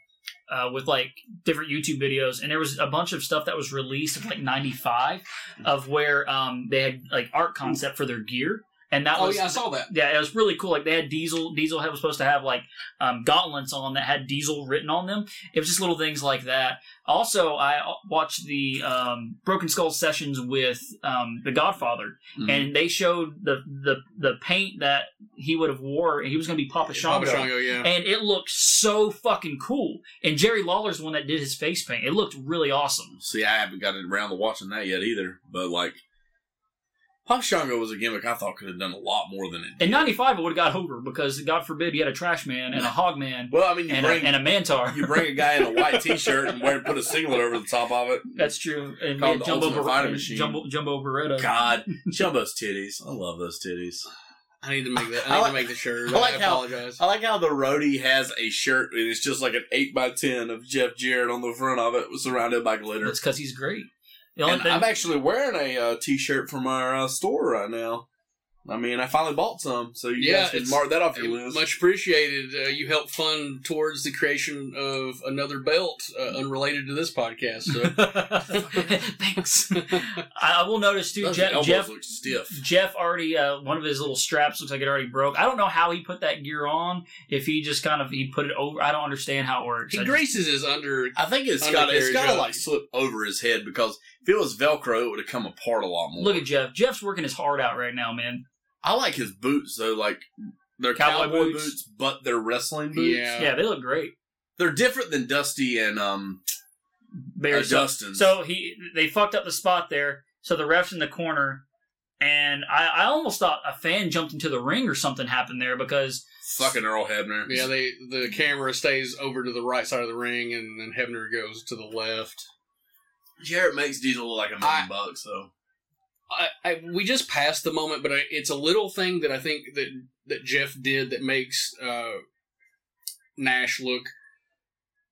Speaker 1: uh, with like different YouTube videos and there was a bunch of stuff that was released in like '95 of where um they had like art concept for their gear and that
Speaker 3: Oh
Speaker 1: was
Speaker 3: yeah, I saw that.
Speaker 1: yeah, it was really cool. Like they had Diesel. Diesel had, was supposed to have like um, gauntlets on that had Diesel written on them. It was just little things like that. Also, I uh, watched the um, Broken Skull sessions with um, the Godfather,
Speaker 2: Mhm.
Speaker 1: and they showed the the the paint that he would have wore. He was going to be Papa Shango.
Speaker 3: Shango, yeah.
Speaker 1: And it looked so fucking cool. And Jerry Lawler's the one that did his face paint. It looked really awesome.
Speaker 2: See, I haven't gotten around to watching that yet either, but like, Pop Shango was a gimmick I thought could have done a lot more than it.
Speaker 1: In '95, it would have got over because God forbid you had a Trash Man and a Hog Man
Speaker 2: Well, I mean, you
Speaker 1: and a,
Speaker 2: bring
Speaker 1: and a Mantar.
Speaker 2: you bring a guy in a white T-shirt and wear put a singlet over the top of it.
Speaker 1: That's true. And
Speaker 2: Called
Speaker 1: yeah,
Speaker 2: the
Speaker 1: Jumbo,
Speaker 2: Ultimate
Speaker 1: Ber-
Speaker 2: Fighter
Speaker 1: and
Speaker 2: Machine.
Speaker 1: Jumbo, Jumbo Beretta.
Speaker 2: God, Jumbo's titties. I love those titties.
Speaker 3: I need to make that. I
Speaker 2: I
Speaker 3: need
Speaker 2: like-
Speaker 3: to make the shirt.
Speaker 2: I
Speaker 3: I,
Speaker 2: like how-
Speaker 3: apologize.
Speaker 2: I like how the roadie has a shirt and it's just like an eight by ten of Jeff Jarrett on the front of it, surrounded by glitter.
Speaker 1: That's because he's great. The only
Speaker 2: And
Speaker 1: thing,
Speaker 2: I'm actually wearing a uh, t-shirt from our uh, store right now. I mean, I finally bought some, so you
Speaker 3: Yeah,
Speaker 2: guys can
Speaker 3: it's-
Speaker 2: mark that off your list.
Speaker 3: Much appreciated. Uh, you helped fund towards the creation of another belt uh, unrelated to this podcast. So.
Speaker 1: thanks. I, I will notice too.
Speaker 2: Those
Speaker 1: Jeff,
Speaker 2: elbows
Speaker 1: Jeff,
Speaker 2: look stiff.
Speaker 1: Jeff already uh, one of his little straps looks like it already broke. I don't know how he put that gear on. If he just kind of he put it over, I don't understand how it works. I
Speaker 3: he
Speaker 1: just-
Speaker 3: greases his under.
Speaker 2: I think it's got
Speaker 3: Undercarriage
Speaker 2: it's got to
Speaker 3: of-
Speaker 2: like slip over his head because if it was Velcro, it would have come apart a lot more.
Speaker 1: Look at Jeff. Jeff's working his heart out right now, man.
Speaker 2: I like his boots though, like they're
Speaker 1: Cowboy
Speaker 2: cowboy,
Speaker 1: boots.
Speaker 2: boots. but they're wrestling boots.
Speaker 3: Yeah.
Speaker 1: yeah, they look great.
Speaker 2: They're different than Dusty and um
Speaker 1: Bear
Speaker 2: uh,
Speaker 1: so-
Speaker 2: Dustin's.
Speaker 1: So he they fucked up the spot there. So the ref's in the corner, and I, I almost thought a fan jumped into the ring or something happened there because
Speaker 2: fucking Earl Hebner.
Speaker 3: Yeah, they the camera stays over to the right side of the ring, and then Hebner goes to the left.
Speaker 2: Jarrett makes Diesel look like a million
Speaker 3: I-
Speaker 2: bucks, so
Speaker 3: I, I, we just passed the moment, but I, it's a little thing that I think that that Jeff did that makes uh, Nash look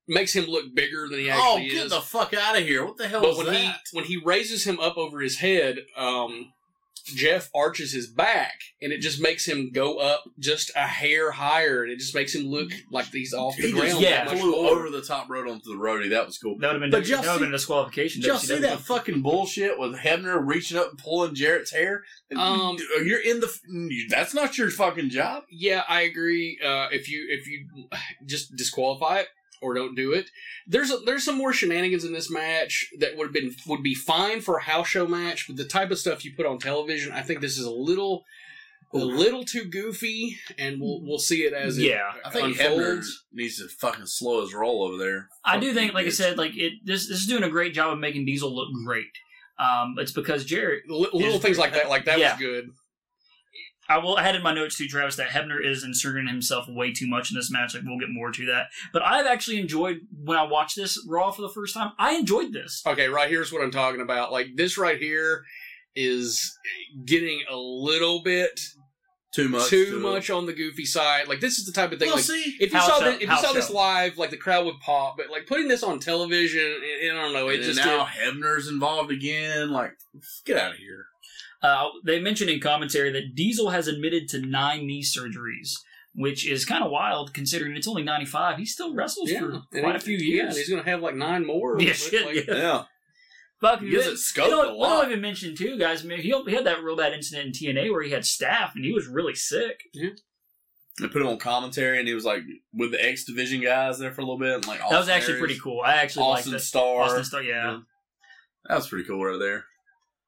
Speaker 3: makes him look bigger than he
Speaker 2: Oh,
Speaker 3: actually
Speaker 2: get
Speaker 3: is.
Speaker 2: the fuck out of here! What the hell
Speaker 3: but
Speaker 2: was
Speaker 3: when
Speaker 2: that?
Speaker 3: he when he raises him up over his head, um, Jeff arches his back, and it just makes him go up just a hair higher, and it just makes him look like he's off the
Speaker 2: He
Speaker 3: ground.
Speaker 2: just
Speaker 1: yeah,
Speaker 3: that much
Speaker 2: flew
Speaker 3: forward.
Speaker 2: over the top road onto the roadie. That was cool.
Speaker 1: that would have been
Speaker 2: But
Speaker 1: that
Speaker 2: y'all
Speaker 1: would have
Speaker 2: see-
Speaker 1: been a disqualification.
Speaker 2: Did y'all see
Speaker 1: WCW.
Speaker 2: that fucking bullshit with Hebner reaching up and pulling Jarrett's hair?
Speaker 3: Um,
Speaker 2: You're in the. f- That's not your fucking job.
Speaker 3: yeah, I agree. Uh, if you if you just disqualify it or don't do it, there's a, there's some more shenanigans in this match that would have been would be fine for a house show match, but the type of stuff you put on television, I think this is a little a little too goofy, and we'll we'll see it as
Speaker 1: Yeah.
Speaker 3: it
Speaker 2: I think Hebner
Speaker 3: unfolds.
Speaker 2: needs to fucking slow his roll over there.
Speaker 1: I do think,
Speaker 2: Fucking
Speaker 1: like I
Speaker 2: bitch.
Speaker 1: said, like it this this is doing a great job of making Diesel look great. Um, it's because Jarrett.
Speaker 3: Li- little
Speaker 1: Is-
Speaker 3: things like that, like that
Speaker 1: Yeah.
Speaker 3: was good.
Speaker 1: I will. I had in my notes too, Travis, that Hebner is inserting himself way too much in this match. Like we'll get more to that. But I've actually enjoyed when I watched this Raw for the first time. I enjoyed this.
Speaker 3: Okay, right here's what I'm talking about. Like this right here is getting a little bit
Speaker 2: Too much.
Speaker 3: too
Speaker 2: to-
Speaker 3: much on the goofy side. Like this is the type of thing.
Speaker 2: Well,
Speaker 3: like,
Speaker 2: see,
Speaker 3: if you
Speaker 1: House
Speaker 3: saw
Speaker 1: show-
Speaker 3: this, if you
Speaker 1: house
Speaker 3: saw this
Speaker 1: show.
Speaker 3: live, like the crowd would pop. But like putting this on television, it, I don't know. It
Speaker 2: and
Speaker 3: just
Speaker 2: now Hebner's involved again. Like, get out of here.
Speaker 1: Uh, they mentioned in commentary that Diesel has admitted to nine knee surgeries, which is kind of wild considering it's only 95. He still wrestles
Speaker 3: did, yeah,
Speaker 1: for
Speaker 3: and
Speaker 1: quite
Speaker 3: he-
Speaker 1: a few
Speaker 3: yeah,
Speaker 1: years.
Speaker 3: he's gonna have like nine more.
Speaker 1: Yeah,
Speaker 3: Like,
Speaker 1: shit,
Speaker 3: like,
Speaker 1: yeah.
Speaker 2: Yeah,
Speaker 1: Fuck,
Speaker 2: he
Speaker 1: you
Speaker 2: gives it
Speaker 1: you
Speaker 2: scope
Speaker 1: know,
Speaker 2: a
Speaker 1: what- what don't
Speaker 2: lot.
Speaker 1: even mention too, guys. I mean, he, he had that real bad incident in TNA where he had staff and he was really sick.
Speaker 2: They put him on commentary, and he was like with the X Division guys there for a little bit. And, like
Speaker 1: that was actually pretty cool. I actually liked
Speaker 2: Austin
Speaker 1: this.
Speaker 2: Star.
Speaker 1: Austin Star, yeah.
Speaker 2: That was pretty cool right there.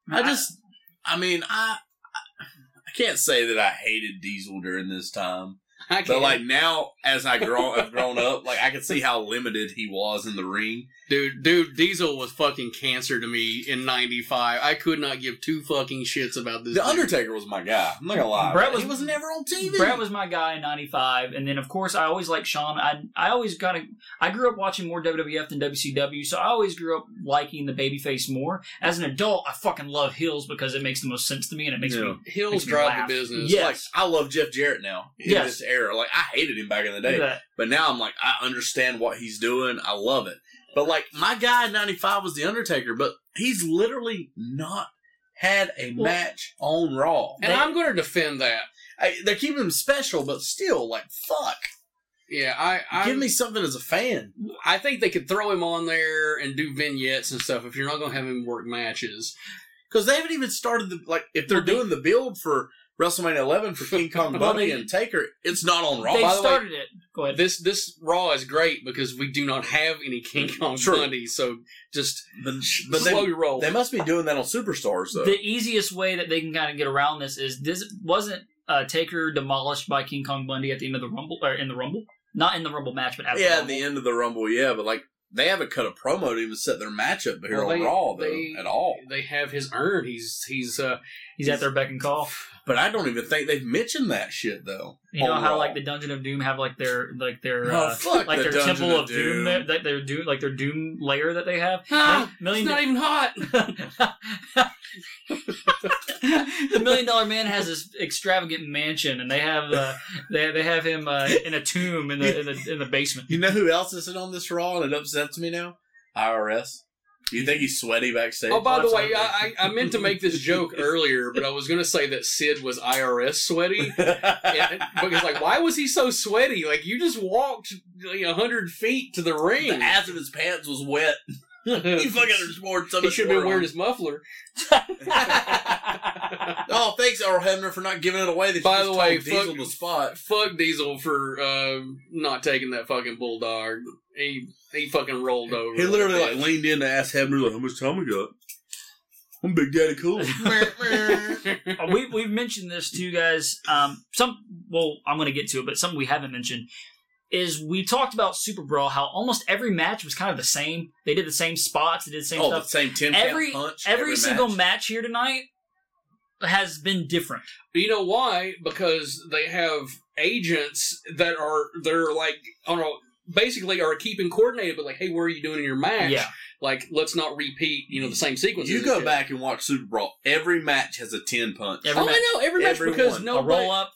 Speaker 2: I just, I mean, I, I I can't say that I hated Diesel during this time.
Speaker 3: I can't.
Speaker 2: But like now, as I grow, have grown up, like I can see how limited he was in the ring.
Speaker 3: dude, dude, Diesel was fucking cancer to me in '95. I could not give two fucking shits about this.
Speaker 2: The
Speaker 3: dude.
Speaker 2: Undertaker was my guy. I'm not gonna lie.
Speaker 1: Brett was-
Speaker 2: he was never on TV.
Speaker 1: Brad was my guy in '95, and then of course I always liked Sean. I I always kind of I grew up watching more WWF than WCW, so I always grew up liking the babyface more. As an adult, I fucking love Hills because it makes the most sense to me, and it makes me
Speaker 3: Hills
Speaker 1: makes me
Speaker 3: drive
Speaker 1: laugh.
Speaker 3: the business.
Speaker 1: Yes.
Speaker 2: Like I love Jeff Jarrett now in
Speaker 1: Yes.
Speaker 2: this era. Like I hated him back in the day,
Speaker 1: look at
Speaker 2: but now I'm like I understand what he's doing. I love it. But like my guy in '95 was the Undertaker, but he's literally not had a
Speaker 1: Well-
Speaker 2: match on Raw.
Speaker 3: and
Speaker 1: They-
Speaker 3: I'm going to defend that.
Speaker 2: I, they're keeping him special, but still, like fuck,
Speaker 3: Yeah, I I,
Speaker 2: give me something as a fan.
Speaker 3: I think they could throw him on there and do vignettes and stuff if you're not going to have him work matches.
Speaker 2: Because they haven't even started the like if they're doing the build for WrestleMania 11 for King Kong Bunny and Taker, it's not on Raw.
Speaker 1: they
Speaker 2: by the way.
Speaker 1: started it. Go ahead.
Speaker 3: This this Raw is great because we do not have any King Kong
Speaker 2: True.
Speaker 3: Bundy, so just
Speaker 2: but, but
Speaker 3: slow
Speaker 2: they,
Speaker 3: your roll.
Speaker 2: they must be doing that on Superstars though.
Speaker 1: The easiest way that they can kind of get around this is this wasn't uh, Taker demolished by King Kong Bundy at the end of the Rumble or in the Rumble, not in the Rumble match, but after
Speaker 2: yeah, at
Speaker 1: Rumble.
Speaker 2: the end of the Rumble, yeah, but like they haven't cut a promo to even set their matchup here
Speaker 3: Well,
Speaker 2: on
Speaker 3: they-
Speaker 2: Raw though
Speaker 3: they-
Speaker 2: at all.
Speaker 3: they have his urn. He's he's uh
Speaker 1: he's at their beck and call.
Speaker 2: But I don't even think they've mentioned that shit though.
Speaker 1: You know
Speaker 2: on
Speaker 1: how
Speaker 2: Raw.
Speaker 1: like the Dungeon of Doom have like their like their
Speaker 2: Oh,
Speaker 1: uh,
Speaker 2: fuck
Speaker 1: like
Speaker 2: the
Speaker 1: their
Speaker 2: Dungeon
Speaker 1: Temple
Speaker 2: of
Speaker 1: of Doom,
Speaker 2: Doom.
Speaker 1: that, that their Doom like their Doom layer that they have.
Speaker 3: ah,
Speaker 1: Million
Speaker 3: it's not even hot.
Speaker 1: the Million Dollar Man has this extravagant mansion, and they have uh, they they have him uh, in a tomb in the in the, in the basement.
Speaker 2: You know who else isn't on this Raw and it upsets me now? IRS. You think he's sweaty backstage?
Speaker 3: Oh, by the way,
Speaker 1: Absolutely.
Speaker 3: I, I I meant to make this joke earlier, but I was going to say that Sid was IRS sweaty. And- because like why was he so sweaty like you just walked like 100 feet to the ring
Speaker 2: the ass of his pants was wet. He fucking just poured so
Speaker 3: he
Speaker 2: much
Speaker 3: should have been
Speaker 2: water
Speaker 3: wearing
Speaker 2: on.
Speaker 3: his muffler
Speaker 2: Oh, thanks, Earl Hebner, for not giving it away. That
Speaker 3: By
Speaker 2: you
Speaker 3: the
Speaker 2: just
Speaker 3: way,
Speaker 2: told Diesel
Speaker 3: fuck-
Speaker 2: the spot.
Speaker 3: fuck diesel for uh, not taking that fucking bulldog he he fucking rolled over
Speaker 2: He literally like leaned in to ask Hebner, like, "How much time we got?" I'm Big Daddy Cool.
Speaker 1: Uh, we, we've mentioned this too, guys. Um, some, well, I'm going to get to it, but something we haven't mentioned is we talked about Super Brawl, how almost every match was kind of the same. They did the same spots, they did the same
Speaker 2: oh, the
Speaker 1: stuff.
Speaker 2: same ten
Speaker 1: Every-
Speaker 2: count punch.
Speaker 1: Every, single
Speaker 2: match.
Speaker 1: match here tonight has been different.
Speaker 3: you know why because they have agents that are they're like on a basically are keeping coordinated but like hey what are you doing in your match
Speaker 1: Yeah.
Speaker 3: like let's not repeat you know the same sequences
Speaker 2: You
Speaker 3: and
Speaker 2: go
Speaker 3: shit.
Speaker 2: back and watch Super Brawl. Every match has a ten punch.
Speaker 1: Every
Speaker 3: oh,
Speaker 1: match.
Speaker 3: I know every match
Speaker 2: Every
Speaker 3: because
Speaker 2: one.
Speaker 3: no
Speaker 1: a roll up.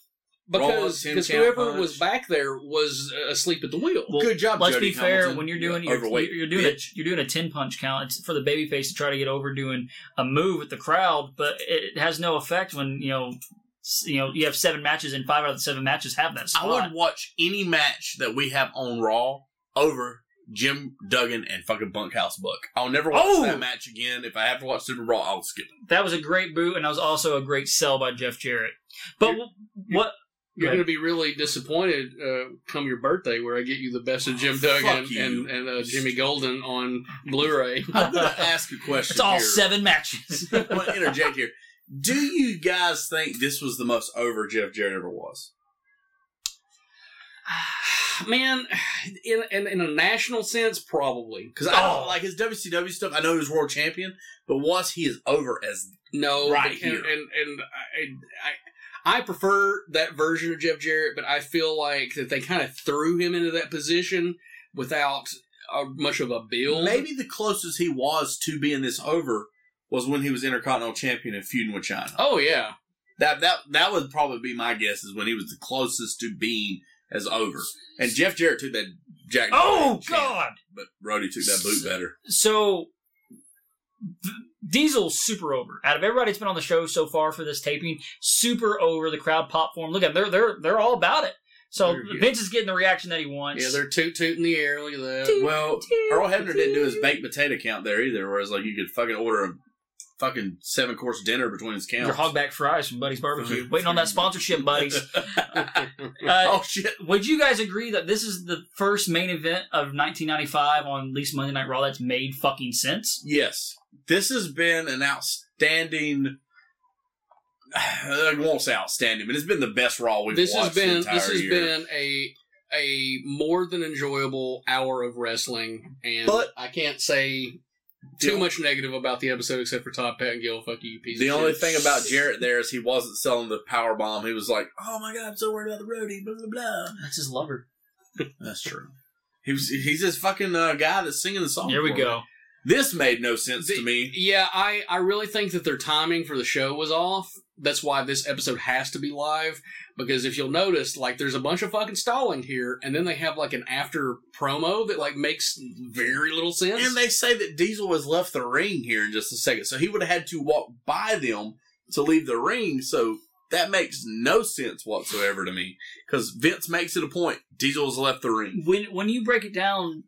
Speaker 3: because
Speaker 2: Roll-up, ten
Speaker 3: because
Speaker 2: count
Speaker 3: whoever
Speaker 2: punch.
Speaker 3: was back there was uh, asleep at the wheel.
Speaker 1: Well,
Speaker 2: Good job.
Speaker 1: Let's
Speaker 2: Jody
Speaker 1: be fair.
Speaker 2: Hamilton.
Speaker 1: When you're
Speaker 2: Yeah,
Speaker 1: doing you're,
Speaker 2: overweight
Speaker 1: you're doing a,
Speaker 2: bitch.
Speaker 1: you're doing a ten punch count. It's for the babyface to try to get over doing a move with the crowd, but it, it has no effect when you know s- you know you have seven matches and five out of the seven matches have that
Speaker 2: I
Speaker 1: spot.
Speaker 2: would watch any match that we have on Raw over Jim Duggan and fucking Bunkhouse Buck. I'll never watch
Speaker 1: Oh!
Speaker 2: that match again. If I have to watch Super Brawl, I'll skip it.
Speaker 1: That was a great boot, and that was also a great sell by Jeff Jarrett. But what?
Speaker 3: You're
Speaker 1: Right.
Speaker 3: going to be really disappointed uh, come your birthday, where I get you the best of Jim Duggan
Speaker 2: fuck you.
Speaker 3: and, and uh, Jimmy Golden on Blu-ray.
Speaker 2: I'm gonna ask a question.
Speaker 1: it's all
Speaker 2: here.
Speaker 1: seven matches.
Speaker 2: I want to interject here. Do you guys think this was the most over Jeff Jarrett ever was?
Speaker 3: Man, in, in in a national sense, probably
Speaker 2: Because I don't
Speaker 1: Oh.
Speaker 2: like his WCW stuff. I know he was world champion, but was he as over as?
Speaker 3: no.
Speaker 2: Right
Speaker 3: but- and,
Speaker 2: here.
Speaker 3: and and I, I I prefer that version of Jeff Jarrett, but I feel like that they kind of threw him into that position without uh, much of a build.
Speaker 2: Maybe the closest he was to being this over was when he was Intercontinental Champion and feuding with China.
Speaker 3: Oh yeah,
Speaker 2: That that that would probably be my guess is when he was the closest to being as over. And Jeff Jarrett took that Jack.
Speaker 1: oh
Speaker 2: Jack-
Speaker 1: God!
Speaker 2: But Roddy took that boot better.
Speaker 1: So D- Diesel's super over. Out of everybody that's been on the show so far for this taping, super over. The crowd pop for him. Look at 'em. they're they're they're all about it. So
Speaker 3: They're good.
Speaker 1: Vince is getting the reaction that he wants.
Speaker 3: yeah, they're toot toot in the air. Look at that.
Speaker 2: Well, Earl Hebner didn't do his baked potato count there either. Whereas like you could fucking order a fucking seven course dinner between his counts.
Speaker 1: your hogback fries from Buddy's Barbecue. Waiting on that sponsorship, buddies. Uh,
Speaker 2: oh shit!
Speaker 1: would you guys agree that this is the first main event of 1995 on at least Monday Night Raw that's made fucking sense?
Speaker 2: Yes, this has been an outstanding I won't say outstanding, but it's been the best Raw we've
Speaker 3: this has
Speaker 2: watched the
Speaker 3: been
Speaker 2: entire
Speaker 3: this has
Speaker 2: year.
Speaker 3: been a a more than enjoyable hour of wrestling, and
Speaker 2: But-
Speaker 3: I can't say too
Speaker 2: Yeah.
Speaker 3: much negative about the episode except for Todd Pettengill. Fuck you, you piece.
Speaker 2: The
Speaker 3: of
Speaker 2: only
Speaker 3: shit.
Speaker 2: thing about Jarrett there is he wasn't selling the power bomb. He was like, "Oh my god, I'm so worried about the roadie." Blah blah blah.
Speaker 1: That's his lover.
Speaker 2: That's true. He was he's this fucking uh, guy that's singing the song.
Speaker 1: Here we
Speaker 2: for me.
Speaker 1: go.
Speaker 2: This made no sense to me.
Speaker 3: yeah, I I really think that their timing for the show was off. That's why this episode has to be live because if you'll notice, like there's a bunch of fucking stalling here, and then they have like an after promo that like makes very little sense.
Speaker 2: And they say that Diesel has left the ring here in just a second, so he would have had to walk by them to leave the ring. So that makes no sense whatsoever to me because Vince makes it a point. Diesel's left the ring.
Speaker 1: When when you break it down,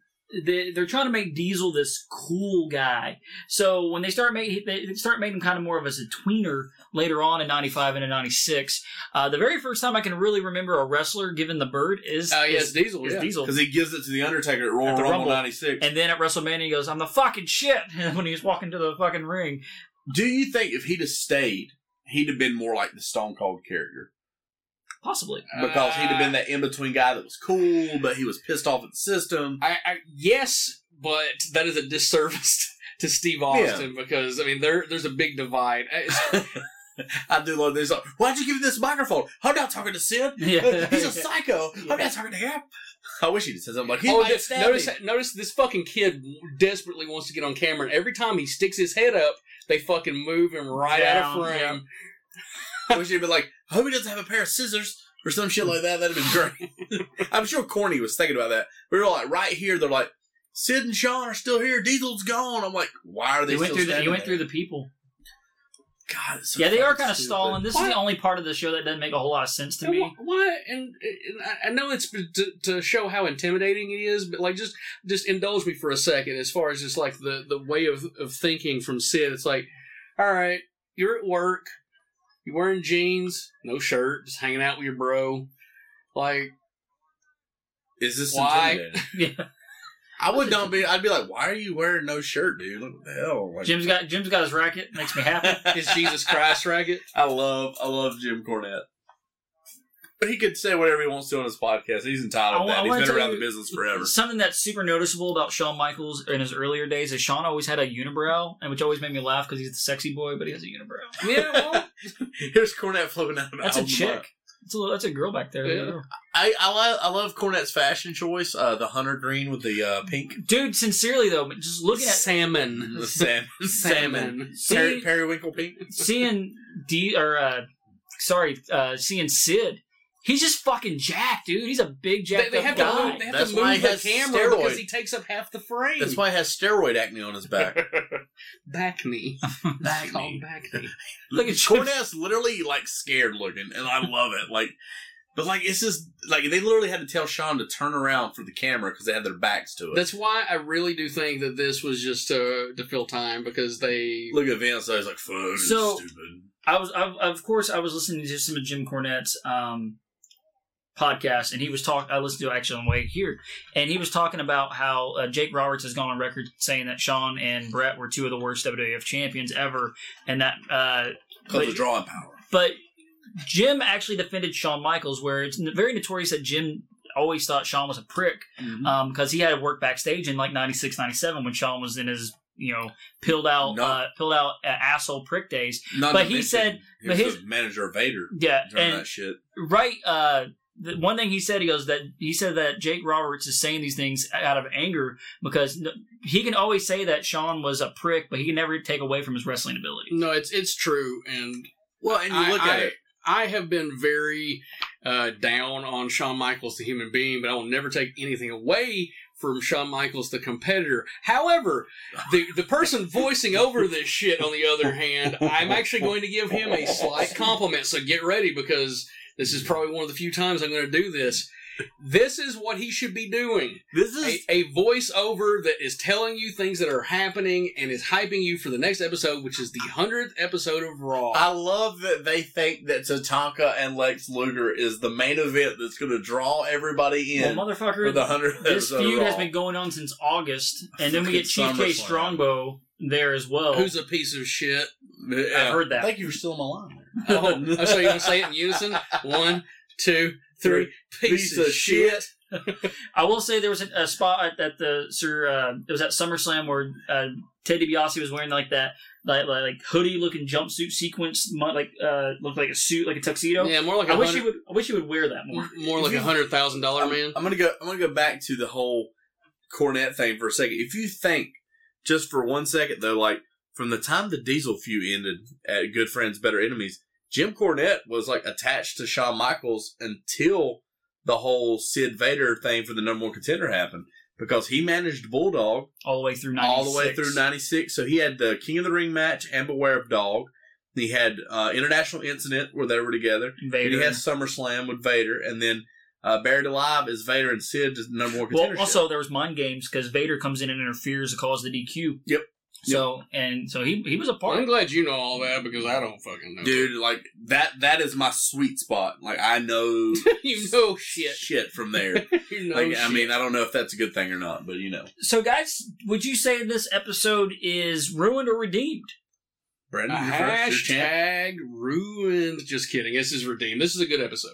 Speaker 1: they, they're trying to make Diesel this cool guy. So when they start making they start making him kind of more of as a tweener later on in '95 and in '96, uh, the very first time I can really remember a wrestler giving the bird is
Speaker 3: Oh, yeah, it's
Speaker 1: is,
Speaker 3: Diesel.
Speaker 1: is
Speaker 3: yeah.
Speaker 1: Diesel.
Speaker 2: Because he gives it to the Undertaker at Royal
Speaker 1: At the
Speaker 2: Rumble
Speaker 1: Rumble.
Speaker 2: '96.
Speaker 1: And then at WrestleMania, he goes, "I'm the fucking shit." when he was walking to the fucking ring,
Speaker 2: Do you think if he'd have stayed, he'd have been more like the Stone Cold character
Speaker 1: possibly.
Speaker 2: because he'd have
Speaker 3: Uh,
Speaker 2: been that in between guy that was cool, but he was pissed off at the system.
Speaker 3: I, I yes, but that is a disservice to Steve Austin because I mean there there's a big divide. It's- oh,
Speaker 2: I do love this. like, Why'd you give him this microphone? I'm not talking to Sid.
Speaker 1: Yeah.
Speaker 2: He's a psycho. I'm not talking to him. I wish he'd have said something like, he
Speaker 3: oh,
Speaker 2: might
Speaker 3: th-
Speaker 2: stab
Speaker 3: notice
Speaker 2: me.
Speaker 3: notice this fucking kid desperately wants to get on camera, and every time he sticks his head up, they fucking move him right out
Speaker 1: Down,
Speaker 3: of frame.
Speaker 1: yeah.
Speaker 2: I wish he'd been like, I hope he doesn't have a pair of scissors or some shit like that. That'd have been great. I'm sure Corny was thinking about that. We were like, right here, they're like, Sid and Sean are still here. Diesel's gone. I'm like, why are they
Speaker 1: He went
Speaker 2: still
Speaker 1: through. The,
Speaker 2: standing
Speaker 1: he went
Speaker 2: there?
Speaker 1: through the people.
Speaker 2: God, it's so
Speaker 1: yeah, they are
Speaker 2: fucking
Speaker 1: kind of
Speaker 2: stupid.
Speaker 1: stalling. This is the only part of the show that doesn't make a whole lot of sense to
Speaker 3: And
Speaker 1: me.
Speaker 3: wh- Why? And, and I- I know it's to, to show how intimidating it is, but like just just indulge me for a second as far as just like the the way of of thinking from Sid. It's like, all right, you're at work, you're wearing jeans, no shirt, just hanging out with your bro. Like,
Speaker 2: Is this
Speaker 3: Why?
Speaker 2: intimidating?
Speaker 1: Yeah.
Speaker 2: I would not be. I'd be like, why are you wearing no shirt, dude? Look what the hell. Like,
Speaker 1: Jim's got Jim's got his racket. Makes me happy.
Speaker 3: is Jesus Christ ragged?
Speaker 2: I love, I love Jim Cornette. But he could say whatever he wants to on his podcast. He's entitled to
Speaker 1: I- I
Speaker 2: that.
Speaker 1: wanna
Speaker 2: He's been
Speaker 1: tell
Speaker 2: around
Speaker 1: you-
Speaker 2: the business forever.
Speaker 1: Something that's super noticeable about Shawn Michaels in his earlier days is Shawn always had a unibrow, and which always made me laugh because he's the sexy boy, but he has a unibrow.
Speaker 3: Yeah, well,
Speaker 2: Here's Cornette floating out of
Speaker 1: That's a
Speaker 2: Alabama.
Speaker 1: chick. That's a little, that's a girl back there.
Speaker 3: Yeah.
Speaker 2: I, I love, I love Cornette's fashion choice. Uh, the hunter green with the uh, pink
Speaker 1: Dude, sincerely though, but just looking at
Speaker 3: salmon.
Speaker 2: the salmon,
Speaker 3: Salmon.
Speaker 2: Peri-
Speaker 1: See-
Speaker 2: periwinkle pink.
Speaker 1: seeing D or uh, sorry, uh, seeing Sid, he's just fucking jacked, dude. He's a big
Speaker 3: They,
Speaker 1: jacked
Speaker 3: they
Speaker 1: up
Speaker 3: have to
Speaker 1: guy.
Speaker 3: move, they have
Speaker 2: That's
Speaker 3: to
Speaker 2: why
Speaker 3: move
Speaker 2: he
Speaker 3: the
Speaker 2: has
Speaker 3: camera because
Speaker 2: steroid.
Speaker 3: he takes up half the frame.
Speaker 2: That's why he has steroid acne on his back.
Speaker 3: back knee.
Speaker 2: back
Speaker 3: Oh,
Speaker 2: knee.
Speaker 3: back knee.
Speaker 1: Look at Jim.
Speaker 2: Cornette's literally like scared looking, and I love it. Like, but like it's just like they literally had to tell Sean to turn around for the camera because they had their backs to it.
Speaker 3: That's why I really do think that this was just to to fill time because they
Speaker 2: Look at Vince. I was like, "Fuck, this is
Speaker 1: So-
Speaker 2: stupid."
Speaker 1: I was, I, of course, I was listening to some of Jim Cornette's um, podcast, and he was talking. I listened to it actually on the way here, and he was talking about how uh, Jake Roberts has gone on record saying that Sean and Brett were two of the worst WWF champions ever, and that. Uh,
Speaker 2: Because
Speaker 1: but-
Speaker 2: of drawing power.
Speaker 1: but Jim actually defended Shawn Michaels, where it's very notorious that Jim always thought Shawn was a prick because he had to work backstage in like 96, 97 when Shawn was in his you know pilled out
Speaker 2: No.
Speaker 1: uh, pilled out uh, asshole prick days.
Speaker 2: Not
Speaker 1: But
Speaker 2: to
Speaker 1: he
Speaker 2: mention,
Speaker 1: said-
Speaker 2: he
Speaker 1: but
Speaker 2: was
Speaker 1: his-
Speaker 2: the manager of Vader
Speaker 1: Yeah,
Speaker 2: during
Speaker 1: and
Speaker 2: that shit.
Speaker 1: right uh the one thing he said he goes that he said that jake roberts is saying these things out of anger because n- he can always say that sean was a prick but he can never take away from his wrestling ability
Speaker 3: no, it's it's true, and
Speaker 2: Well, and you
Speaker 3: I,
Speaker 2: look at
Speaker 3: I-
Speaker 2: it.
Speaker 3: I have been very uh, down on Shawn Michaels, the human being, but I will never take anything away from Shawn Michaels, the competitor. However, the the person voicing over this shit, on the other hand, I'm actually going to give him a slight compliment. So get ready because this is probably one of the few times I'm going to do this. This is what he should be doing.
Speaker 2: This is
Speaker 3: a, a voiceover that is telling you things that are happening and is hyping you for the next episode, which is the hundredth episode of Raw.
Speaker 2: I love that they think that Tatanka and Lex Luger is the main event that's going to draw everybody in
Speaker 1: well
Speaker 2: for
Speaker 1: motherfucker
Speaker 2: the hundredth
Speaker 1: this
Speaker 2: episode.
Speaker 1: feud
Speaker 2: of
Speaker 1: has
Speaker 2: Raw.
Speaker 1: been going on since august and then we get chief
Speaker 2: Fucking
Speaker 1: k
Speaker 2: SummerSlam.
Speaker 1: strongbow there as well
Speaker 3: Who's a piece of shit?
Speaker 2: Yeah.
Speaker 1: heard that.
Speaker 2: Thank you for stealing my line. there.
Speaker 3: Oh, oh, so you want to say it in unison? One, two, three. Piece, of, shit.
Speaker 1: I will say there was a, a spot at, at the Sir. Uh, it was at SummerSlam where uh, Ted DiBiase was wearing like that, like, like, like hoodie looking jumpsuit sequence, mu- like uh, looked like a suit, like a tuxedo.
Speaker 3: Yeah, more like
Speaker 1: I
Speaker 3: a
Speaker 1: wish he
Speaker 3: hundred,
Speaker 1: would. I wish he would wear that more.
Speaker 3: more like
Speaker 2: If
Speaker 3: a
Speaker 2: you-
Speaker 3: hundred thousand dollar
Speaker 2: I'm,
Speaker 3: man.
Speaker 2: I'm gonna go. I'm gonna go back to the whole cornet thing for a second. If you think just for one second though, like from the time the Diesel feud ended at Good Friends Better Enemies, Jim Cornette was like attached to Shawn Michaels until the whole Sid Vader thing for the number one contender happened because he managed Bulldog
Speaker 1: All the way through. 96.
Speaker 2: all the way through 96. So he had the King of the Ring match and Beware of Dog. He had uh, International Incident where they were together. And
Speaker 1: Vader.
Speaker 2: he had SummerSlam with Vader. And then uh, Buried Alive is Vader and Sid is the number one
Speaker 1: Well,
Speaker 2: contender.
Speaker 1: also there was mind games because Vader comes in and interferes and calls the DQ.
Speaker 2: Yep.
Speaker 1: So and so he he was a part.
Speaker 3: I'm glad you know all that because I don't fucking know.
Speaker 2: Dude, like that that is my sweet spot. Like I know
Speaker 3: you know shit.
Speaker 2: shit from there.
Speaker 3: You know
Speaker 2: like
Speaker 3: shit.
Speaker 2: I mean, I don't know if that's a good thing or not, but you know.
Speaker 1: So guys, would you say this episode is ruined or redeemed?
Speaker 2: Brandon, you're first, you're champ.
Speaker 3: Hashtag ruined. Just kidding. This is redeemed. This is a good episode.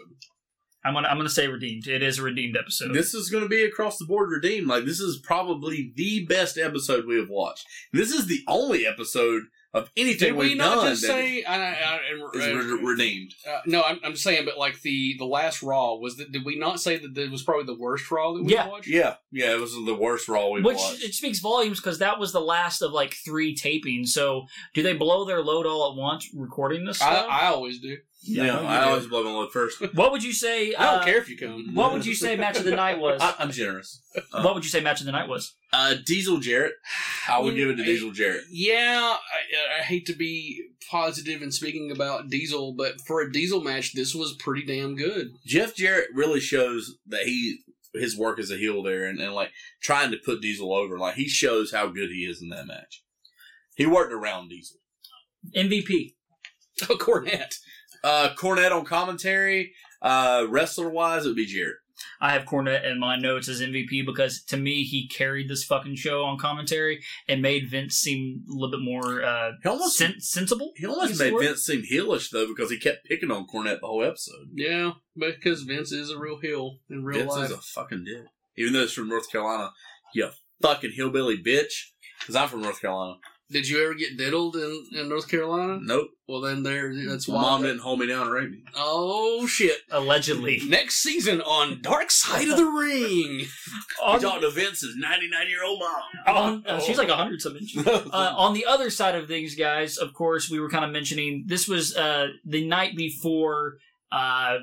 Speaker 1: I'm gonna I'm gonna say redeemed. It is a redeemed episode.
Speaker 2: This is going to be across the board redeemed. Like this is probably the best episode we have watched. This is the only episode of anything
Speaker 3: Did we
Speaker 2: have
Speaker 3: not
Speaker 2: done
Speaker 3: just
Speaker 2: that
Speaker 3: say? I, I,
Speaker 2: is
Speaker 3: I-
Speaker 2: re- redeemed.
Speaker 3: uh, no, I'm, I'm saying, but like the the last Raw was that. Did we not say that it was probably the worst Raw that we
Speaker 1: Yeah.
Speaker 3: watched?
Speaker 2: Yeah, yeah, it was the worst Raw we've
Speaker 1: which
Speaker 2: watched.
Speaker 1: it speaks volumes because that was the last of like three tapings. So do they blow their load all at once recording this?
Speaker 3: I,
Speaker 1: stuff?
Speaker 3: I always do.
Speaker 2: yeah, I always blame on the first.
Speaker 1: what would you say?
Speaker 3: I don't
Speaker 1: uh,
Speaker 3: care if you come.
Speaker 1: What would you say match of the night was?
Speaker 2: I, I'm generous. uh,
Speaker 1: what would you say match of the night was?
Speaker 2: Uh, Diesel Jarrett, I would give it to Diesel Jarrett.
Speaker 3: Yeah, I, I hate to be positive in speaking about Diesel, but for a Diesel match, this was pretty damn good.
Speaker 2: Jeff Jarrett really shows that he his work as a heel there, and, and like trying to put Diesel over. Like he shows how good he is in that match. He worked around Diesel.
Speaker 1: MVP.
Speaker 3: A cornet.
Speaker 2: Uh, Cornette on commentary. Uh, wrestler wise, it would be Jarrett.
Speaker 1: I have Cornette in my notes as MVP because to me he carried this fucking show on commentary and made Vince seem a little bit more uh,
Speaker 2: He almost
Speaker 1: sen- sensible.
Speaker 2: he almost
Speaker 1: Use the
Speaker 2: made
Speaker 1: word.
Speaker 2: Vince seem heelish though because he kept picking on Cornette the whole episode.
Speaker 3: Yeah, because Vince is a real heel in real
Speaker 2: Vince
Speaker 3: life.
Speaker 2: is a fucking dick, even though it's from North Carolina. You fucking hillbilly bitch. Because I'm from North Carolina.
Speaker 3: Did you ever get diddled in, in North Carolina?
Speaker 2: Nope.
Speaker 3: Well, then there. That's
Speaker 2: My
Speaker 3: why.
Speaker 2: mom didn't hold me down and rape me.
Speaker 3: Oh shit!
Speaker 1: Allegedly,
Speaker 3: Next season on Dark Side of the Ring.
Speaker 2: I
Speaker 1: on,
Speaker 2: talked to Vince's 99 year old mom. Oh.
Speaker 1: on- Um, uh, she's like hundred something. uh, on the other side of things, guys, of course, we were kind of mentioning this was uh, the night before uh,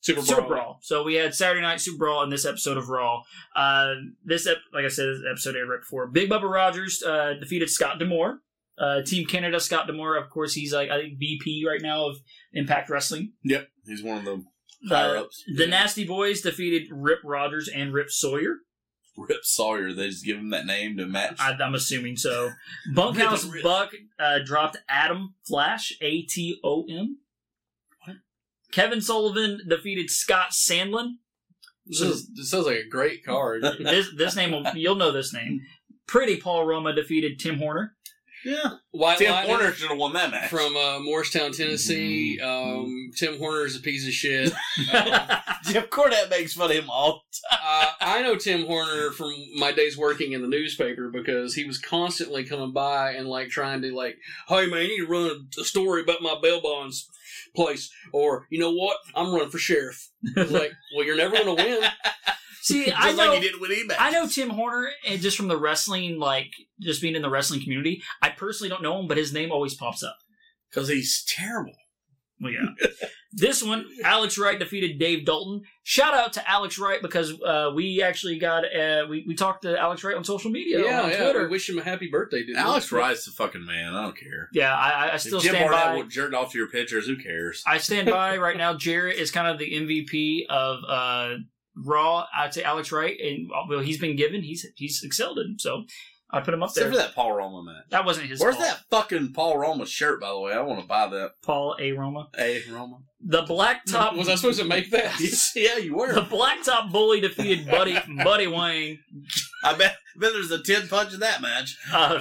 Speaker 3: Super
Speaker 1: Super Brawl. So we had Saturday Night Super Brawl and this episode of Raw. Uh, this, ep- like I said, this episode aired right before. Big Bubba Rogers uh, defeated Scott Demore. Uh, Team Canada, Scott Demore, of course, he's like I think VP right now of Impact Wrestling.
Speaker 2: Yep, he's one of the higher
Speaker 1: Uh,
Speaker 2: ups.
Speaker 1: the Nasty Boys defeated Rip Rogers and Rip Sawyer.
Speaker 2: Rip Sawyer. They just give him that name to match.
Speaker 1: I, I'm assuming so. Bunkhouse
Speaker 2: Rip.
Speaker 1: Buck uh, dropped Adam Flash, A T O M. Kevin Sullivan defeated Scott Sandlin.
Speaker 3: This, is, this sounds like a great card.
Speaker 1: This this name will you'll know this name. Pretty Paul Roma defeated Tim Horner.
Speaker 2: yeah,
Speaker 3: White
Speaker 2: Tim
Speaker 3: Lightning
Speaker 2: Horner should have won that match.
Speaker 3: from uh, Morristown, Tennessee. Um, Tim Horner is a piece of shit.
Speaker 2: Jeff Cornette makes fun of him all
Speaker 3: uh, I know Tim Horner from my days working in the newspaper because he was constantly coming by and like trying to like, hey man, you need to run a story about my bail bonds place, or you know what, I'm running for sheriff. I was like, well, you're never gonna win.
Speaker 1: See,
Speaker 2: just
Speaker 1: I know
Speaker 2: like he did with eBay.
Speaker 1: I know Tim Horner and just from the wrestling, like just being in the wrestling community. I personally don't know him, but his name always pops up.
Speaker 2: because he's terrible.
Speaker 1: Well, yeah. this one, Alex Wright defeated Dave Dalton. Shout out to Alex Wright because uh, we actually got uh, we we talked to Alex Wright on social media on Twitter.
Speaker 3: we wish him a happy birthday, dude.
Speaker 2: Alex Wright's the fucking man. I don't care.
Speaker 1: yeah, I, I- I still
Speaker 2: if Jim
Speaker 1: stand by.
Speaker 2: Barnett would jerk off to your pictures, who cares?
Speaker 1: I stand by right now. Jarrett is kind of the MVP of uh, Raw. I'd say Alex Wright, and well, he's been given. He's he's excelled in. So I put him up
Speaker 2: Except
Speaker 1: there.
Speaker 2: for
Speaker 1: That.
Speaker 2: that Paul Roma match.
Speaker 1: wasn't his.
Speaker 2: Where's
Speaker 1: fault.
Speaker 2: that fucking Paul Roma shirt, by the way? I want to buy that.
Speaker 1: Paul A. Roma.
Speaker 2: Hey, Roma.
Speaker 1: The Blacktop
Speaker 3: was I supposed to make that?
Speaker 2: yeah, you
Speaker 1: the
Speaker 2: were.
Speaker 1: Blacktop Bully defeated Buddy Buddy Wayne.
Speaker 2: Oh, I bet, bet there's a 10 punch in that match.
Speaker 1: Uh,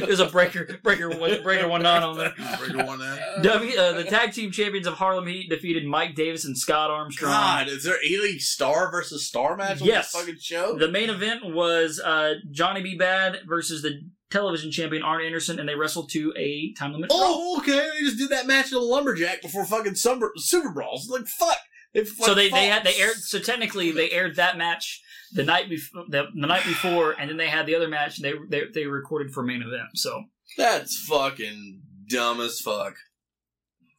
Speaker 1: There's a breaker, breaker, one, breaker one nine on there.
Speaker 2: Breaker one nine.
Speaker 1: W, uh, the tag team champions of Harlem Heat defeated Mike Davis and Scott Armstrong.
Speaker 2: God, is there Ely Star versus Star match on
Speaker 1: Um, Yes.
Speaker 2: this fucking show?
Speaker 1: The main event was uh, Johnny B. Bad versus the television champion Arn Anderson, and they wrestled to a time limit. draw.
Speaker 2: oh, okay. They just did that match in a lumberjack before fucking Super, Super Brawls. Like fuck. If,
Speaker 1: so they, they had they aired so technically they aired that match the night before the, the night before, and then they had the other match and they they, they recorded for main event. So
Speaker 2: That's fucking dumb as fuck.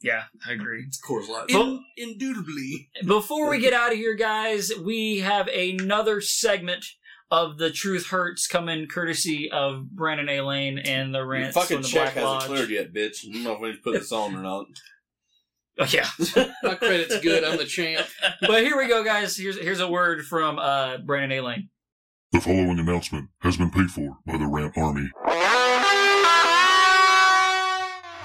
Speaker 1: yeah, I agree.
Speaker 2: It's Coors Light.
Speaker 1: Well-
Speaker 2: indubitably.
Speaker 1: Before we get out of here, guys, we have another segment of the Truth Hurts coming courtesy of Brandon A. Lane and the
Speaker 2: Your
Speaker 1: rants
Speaker 2: fucking
Speaker 1: from the
Speaker 2: check
Speaker 1: Black
Speaker 2: hasn't
Speaker 1: Lodge.
Speaker 2: cleared yet, bitch. I don't know if we put this on or not.
Speaker 1: Oh, yeah,
Speaker 3: My credit's good. I'm the champ.
Speaker 1: but here we go, guys. Here's here's a word from uh, Brandon A. Lane.
Speaker 8: The following announcement has been paid for by the Rant Army.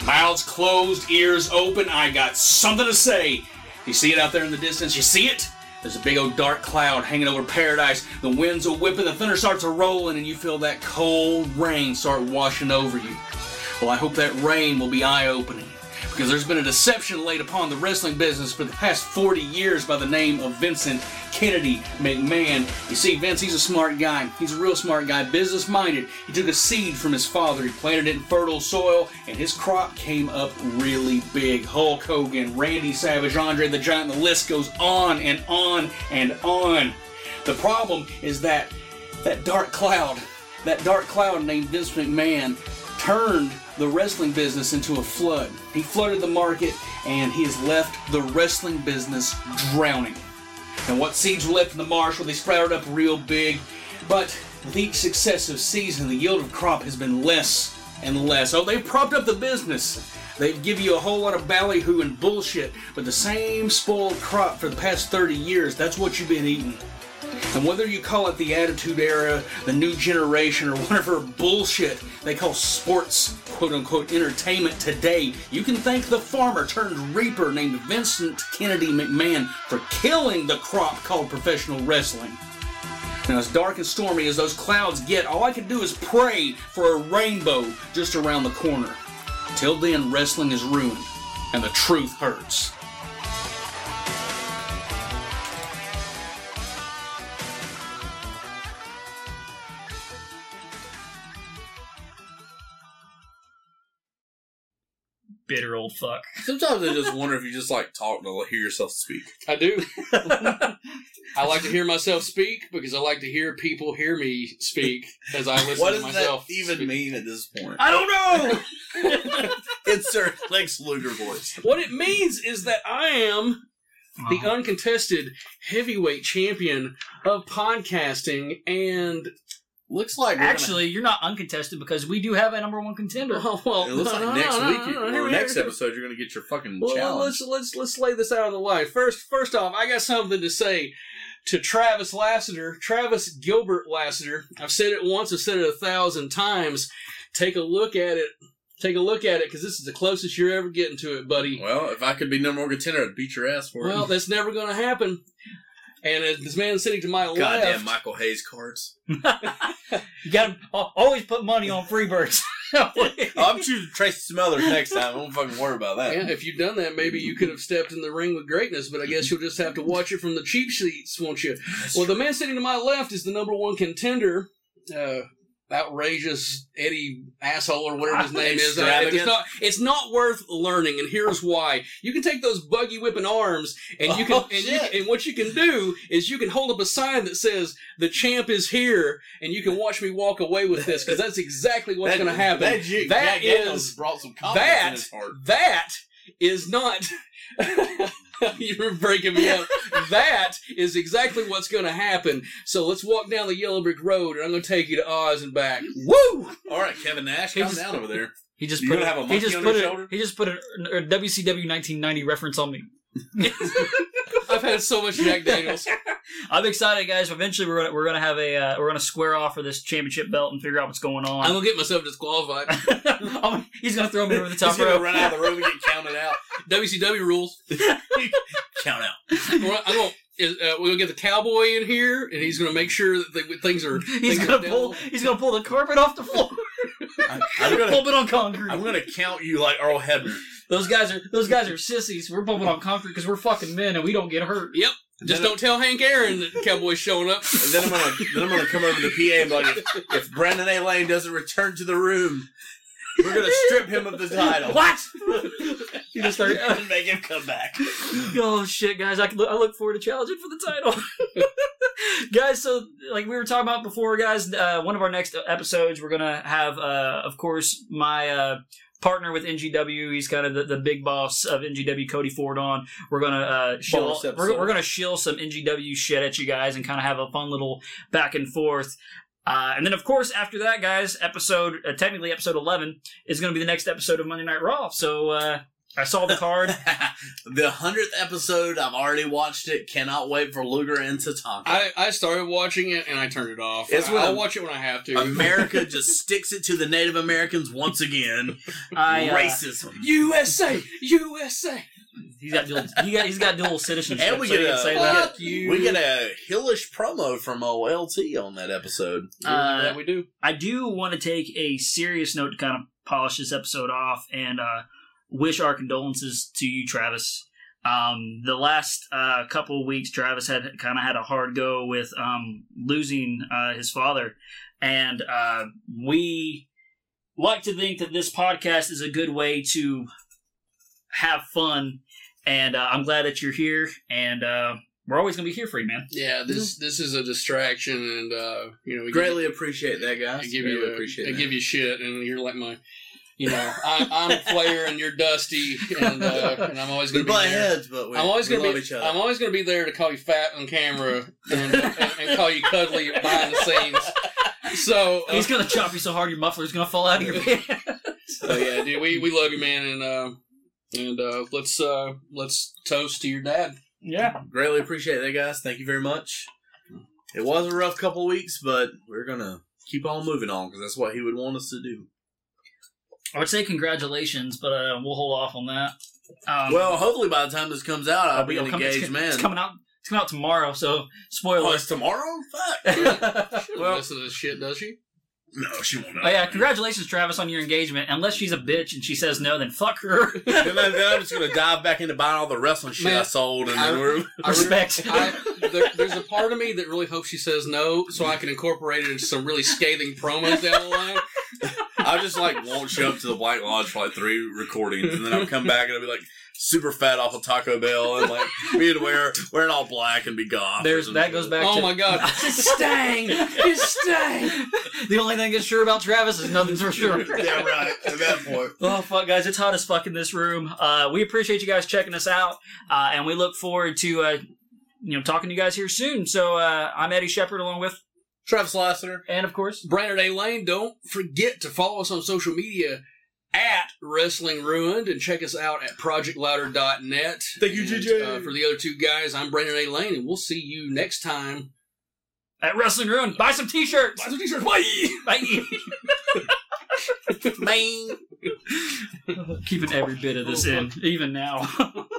Speaker 6: Mouths closed, ears open. I got something to say. You see it out there in the distance? You see it? There's a big old dark cloud hanging over paradise. The winds are whipping, the thunder starts a rolling, and you feel that cold rain start washing over you. Well, I hope that rain will be eye opening because there's been a deception laid upon the wrestling business for the past 40 years by the name of Vincent Kennedy McMahon. You see, Vince, he's a smart guy. He's a real smart guy, business minded. He took a seed from his father, he planted it in fertile soil, and his crop came up really big. Hulk Hogan, Randy Savage, Andre the Giant, the list goes on and on and on. The problem is that that dark cloud, that dark cloud named Vince McMahon, turned the wrestling business into a flood. He flooded the market, and he has left the wrestling business drowning. And what seeds were left in the marsh, well, they sprouted up real big. But with each successive season, the yield of crop has been less and less. Oh, they've propped up the business. They give you a whole lot of ballyhoo and bullshit, but the same spoiled crop for the past 30 years, that's what you've been eating. And whether you call it the Attitude Era, the New Generation, or whatever bullshit they call sports, quote unquote, entertainment today, you can thank the farmer turned reaper named Vincent Kennedy McMahon for killing the crop called professional wrestling. Now, as dark and stormy as those clouds get, all I can do is pray for a rainbow just around the corner. Till then, wrestling is ruined, and the truth hurts.
Speaker 1: Bitter old fuck.
Speaker 2: Sometimes I just wonder if you just like talk to hear yourself speak.
Speaker 3: I do. I like to hear myself speak because I like to hear people hear me speak as I listen
Speaker 2: What
Speaker 3: to
Speaker 2: does that
Speaker 3: myself.
Speaker 2: even
Speaker 3: speak.
Speaker 2: mean at this point?
Speaker 1: I don't know.
Speaker 2: Insert Lex Luger voice.
Speaker 3: What it means is that I am the
Speaker 1: Uh-huh.
Speaker 3: uncontested heavyweight champion of podcasting and
Speaker 2: Looks like we're gonna-
Speaker 1: Actually, you're not uncontested because we do have a number one contender.
Speaker 3: oh well
Speaker 2: It looks
Speaker 3: no,
Speaker 2: like
Speaker 3: no,
Speaker 2: next
Speaker 3: no,
Speaker 2: week
Speaker 3: no, no,
Speaker 2: you-
Speaker 3: here
Speaker 2: or
Speaker 3: we
Speaker 2: next
Speaker 3: are.
Speaker 2: episode you're gonna get your fucking
Speaker 3: well,
Speaker 2: challenge.
Speaker 3: let's let's let's lay this out on the line first first off I got something to say to Travis Lassiter Travis Gilbert Lassiter I've said it once I've said it a thousand times take a look at it take a look at it because this is the closest you're ever getting to it buddy
Speaker 2: Well, if I could be number one contender, I'd beat your ass for
Speaker 3: Well,
Speaker 2: it.
Speaker 3: that's never going to happen. And as this man sitting to my left,
Speaker 2: Goddamn Michael Hayes cards.
Speaker 1: You got to always put money on Freebirds.
Speaker 2: Oh, I'm choosing Tracy Smothers next time. I won't fucking worry about that.
Speaker 3: yeah, if you'd done that, maybe you could have stepped in the ring with greatness. But I guess you'll just have to watch it from the cheap seats, won't you? Well, the man sitting to my left is the number one contender. Uh, outrageous Eddie asshole or whatever his name is. Uh, It's
Speaker 2: Extravagant.
Speaker 3: not. It's not worth learning, and here's why. You can take those buggy whipping arms, and you can,
Speaker 2: Oh,
Speaker 3: and, you,
Speaker 2: shit.
Speaker 3: and what you can do is you can hold up a sign that says "The Champ is here," and you can watch me walk away with this because that's exactly what's going to happen.
Speaker 2: That, G-
Speaker 3: That
Speaker 2: Jack Daniels
Speaker 3: is-
Speaker 2: brought some confidence in
Speaker 3: that
Speaker 2: his heart.
Speaker 3: that is not you're breaking me up that is exactly what's going to happen so let's walk down the yellow brick road and i'm going to take you to oz and back woo
Speaker 2: All right, Kevin Nash,
Speaker 1: He
Speaker 2: calm
Speaker 1: just-
Speaker 2: down over there.
Speaker 1: He just
Speaker 2: You
Speaker 1: put
Speaker 2: gonna
Speaker 1: a-
Speaker 2: have a
Speaker 1: he
Speaker 2: monkey
Speaker 1: just
Speaker 2: on
Speaker 1: put
Speaker 2: your
Speaker 1: a-
Speaker 2: shoulder?
Speaker 1: he just put a, a WCW 1990 reference on me.
Speaker 3: i've had so much jack daniels
Speaker 1: I'm excited, guys. Eventually, we're gonna, we're gonna have a uh, we're gonna square off for this championship belt and figure out what's going
Speaker 3: i'm
Speaker 1: on.
Speaker 3: going to get myself disqualified
Speaker 1: I'm- he's gonna throw me over the
Speaker 2: He's
Speaker 1: top
Speaker 2: gonna
Speaker 1: rope.
Speaker 2: run out of the room and get counted out.
Speaker 3: wcw rules
Speaker 2: Count out.
Speaker 3: We're- i'm going uh, we'll get the cowboy in here, and he's going to make sure that they, things are.
Speaker 1: He's
Speaker 3: things are
Speaker 1: gonna
Speaker 3: down
Speaker 1: pull. He's gonna pull the carpet off the floor.
Speaker 2: I, am gonna,
Speaker 1: Pulp it on concrete.
Speaker 2: I'm gonna count you like Earl Hebner.
Speaker 1: Those guys are those guys are sissies. We're bumping on concrete because we're fucking men and we don't get hurt.
Speaker 3: Just don't tell Hank Aaron that the Cowboys showing up.
Speaker 2: And then I'm gonna then I'm gonna come over to the PA and be like, if, if Brandon A. Lane doesn't return to the room, we're gonna strip him of the title.
Speaker 1: What? you just start.
Speaker 2: And make him come back.
Speaker 1: Oh shit, guys! I, can look, I look forward to challenging for the title, guys. So, like we were talking about before, guys, uh, one of our next episodes, we're gonna have, uh, of course, my uh, partner with NGW. He's kind of the, the big boss of NGW, Cody Ford. On we're gonna uh, shill,
Speaker 2: Bonus episode.
Speaker 1: we're, we're gonna shill some NGW shit at you guys and kind of have a fun little back and forth. Uh, and then, of course, after that, guys, episode uh, technically episode eleven is going to be the next episode of Monday Night Raw. So uh, I saw the card.
Speaker 2: the hundredth episode, I've already watched it. Cannot wait for Luger and Tatanka.
Speaker 3: I, I started watching it and I turned it off.
Speaker 2: It's
Speaker 3: I,
Speaker 2: when
Speaker 3: will
Speaker 2: I'm-
Speaker 3: watch it when I have to.
Speaker 2: America just sticks it to the Native Americans once again.
Speaker 1: I, uh,
Speaker 2: Racism.
Speaker 3: USA, USA.
Speaker 1: He's got dual. He got, he's got dual citizenship.
Speaker 2: And we
Speaker 1: so
Speaker 2: get
Speaker 1: he
Speaker 2: a-
Speaker 1: can say
Speaker 2: we
Speaker 1: that.
Speaker 3: Fuck you.
Speaker 2: We get a hillish promo from OLT on that episode.
Speaker 1: Uh,
Speaker 3: yeah, we do.
Speaker 1: I do want to take a serious note to kind of polish this episode off and uh, wish our condolences to you, Travis. Um, the last uh, couple of weeks, Travis had kind of had a hard go with um, losing uh, his father, and uh, we like to think that this podcast is a good way to have fun. And uh, I'm glad that you're here, and uh, we're always gonna be here for you, man.
Speaker 3: Yeah, this this is a distraction, and uh, you know, we
Speaker 2: Mm-hmm. Greatly appreciate that,
Speaker 3: give,
Speaker 2: guys.
Speaker 3: I give
Speaker 2: Greatly
Speaker 3: you
Speaker 2: appreciate
Speaker 3: I
Speaker 2: that.
Speaker 3: give you shit, and you're like my, you know, I, I'm a player, and you're dusty, and uh, and I'm always
Speaker 2: we
Speaker 3: gonna be
Speaker 2: butt
Speaker 3: there.
Speaker 2: heads, but we,
Speaker 3: I'm always
Speaker 2: we
Speaker 3: gonna
Speaker 2: love
Speaker 3: be.
Speaker 2: each other.
Speaker 3: I'm always gonna be there to call you fat on camera and, and, and call you cuddly behind the scenes. So uh,
Speaker 1: He's gonna chop you so hard your muffler's gonna fall out of your pants.
Speaker 3: so yeah, dude, we, we love you, man, and uh, and uh, let's uh, let's toast to your dad.
Speaker 1: Yeah.
Speaker 2: Greatly appreciate that, guys. Thank you very much. It was a rough couple of weeks, but we're gonna keep on moving on because that's what he would want us to do.
Speaker 1: I would say congratulations, but uh, we'll hold off on that. Um,
Speaker 2: Well, hopefully by the time this comes out, I'll be
Speaker 1: it'll
Speaker 2: an
Speaker 1: come- it's
Speaker 2: engaged
Speaker 1: co-
Speaker 2: man.
Speaker 1: It's coming out. It's coming out tomorrow. So
Speaker 2: Oh,
Speaker 1: spoiler.
Speaker 2: it's tomorrow? Fuck.
Speaker 3: Well, listen to this shit, does she?
Speaker 2: No, she won't.
Speaker 1: Oh yeah, congratulations, Travis, on your engagement. Unless she's a bitch and she says no, then fuck her.
Speaker 2: then, then- then I'm just gonna dive back into buying all the wrestling shit I
Speaker 3: Man,
Speaker 2: sold, and
Speaker 3: I-
Speaker 2: then we're
Speaker 3: I re-
Speaker 1: Respect.
Speaker 3: I, there, there's a part of me that really hopes she says no, so I can incorporate it into some really scathing promos down the line.
Speaker 2: I'll just like won't show up to the Black Lodge for like three recordings, and then I'll come back and I'll be like super fat off of Taco Bell, and like me and wear wearing all black and be goth.
Speaker 1: There's that goes back.
Speaker 3: Oh
Speaker 1: to,
Speaker 3: my god,
Speaker 1: It's Stang. It's Stang. The only thing that's sure about Travis is nothing's for sure.
Speaker 2: Yeah, right. At that point,
Speaker 1: Oh fuck, guys! It's hot as fuck in this room. Uh, we appreciate you guys checking us out, uh, and we look forward to uh, you know talking to you guys here soon. So uh, I'm Eddie Shepard, along with,
Speaker 2: Travis Lassiter.
Speaker 1: and of course,
Speaker 3: Brandon A. Lane, don't forget to follow us on social media at Wrestling Ruined and check us out at ProjectLouder.net.
Speaker 2: Thank you,
Speaker 3: And,
Speaker 2: JJ.
Speaker 3: Uh, for the other two guys, I'm Brandon A. Lane, and we'll see you next time.
Speaker 1: at Wrestling Ruin. Buy some t-shirts.
Speaker 3: Buy some t-shirts. Bye!
Speaker 1: Bye. Keeping every bit of this in, even now.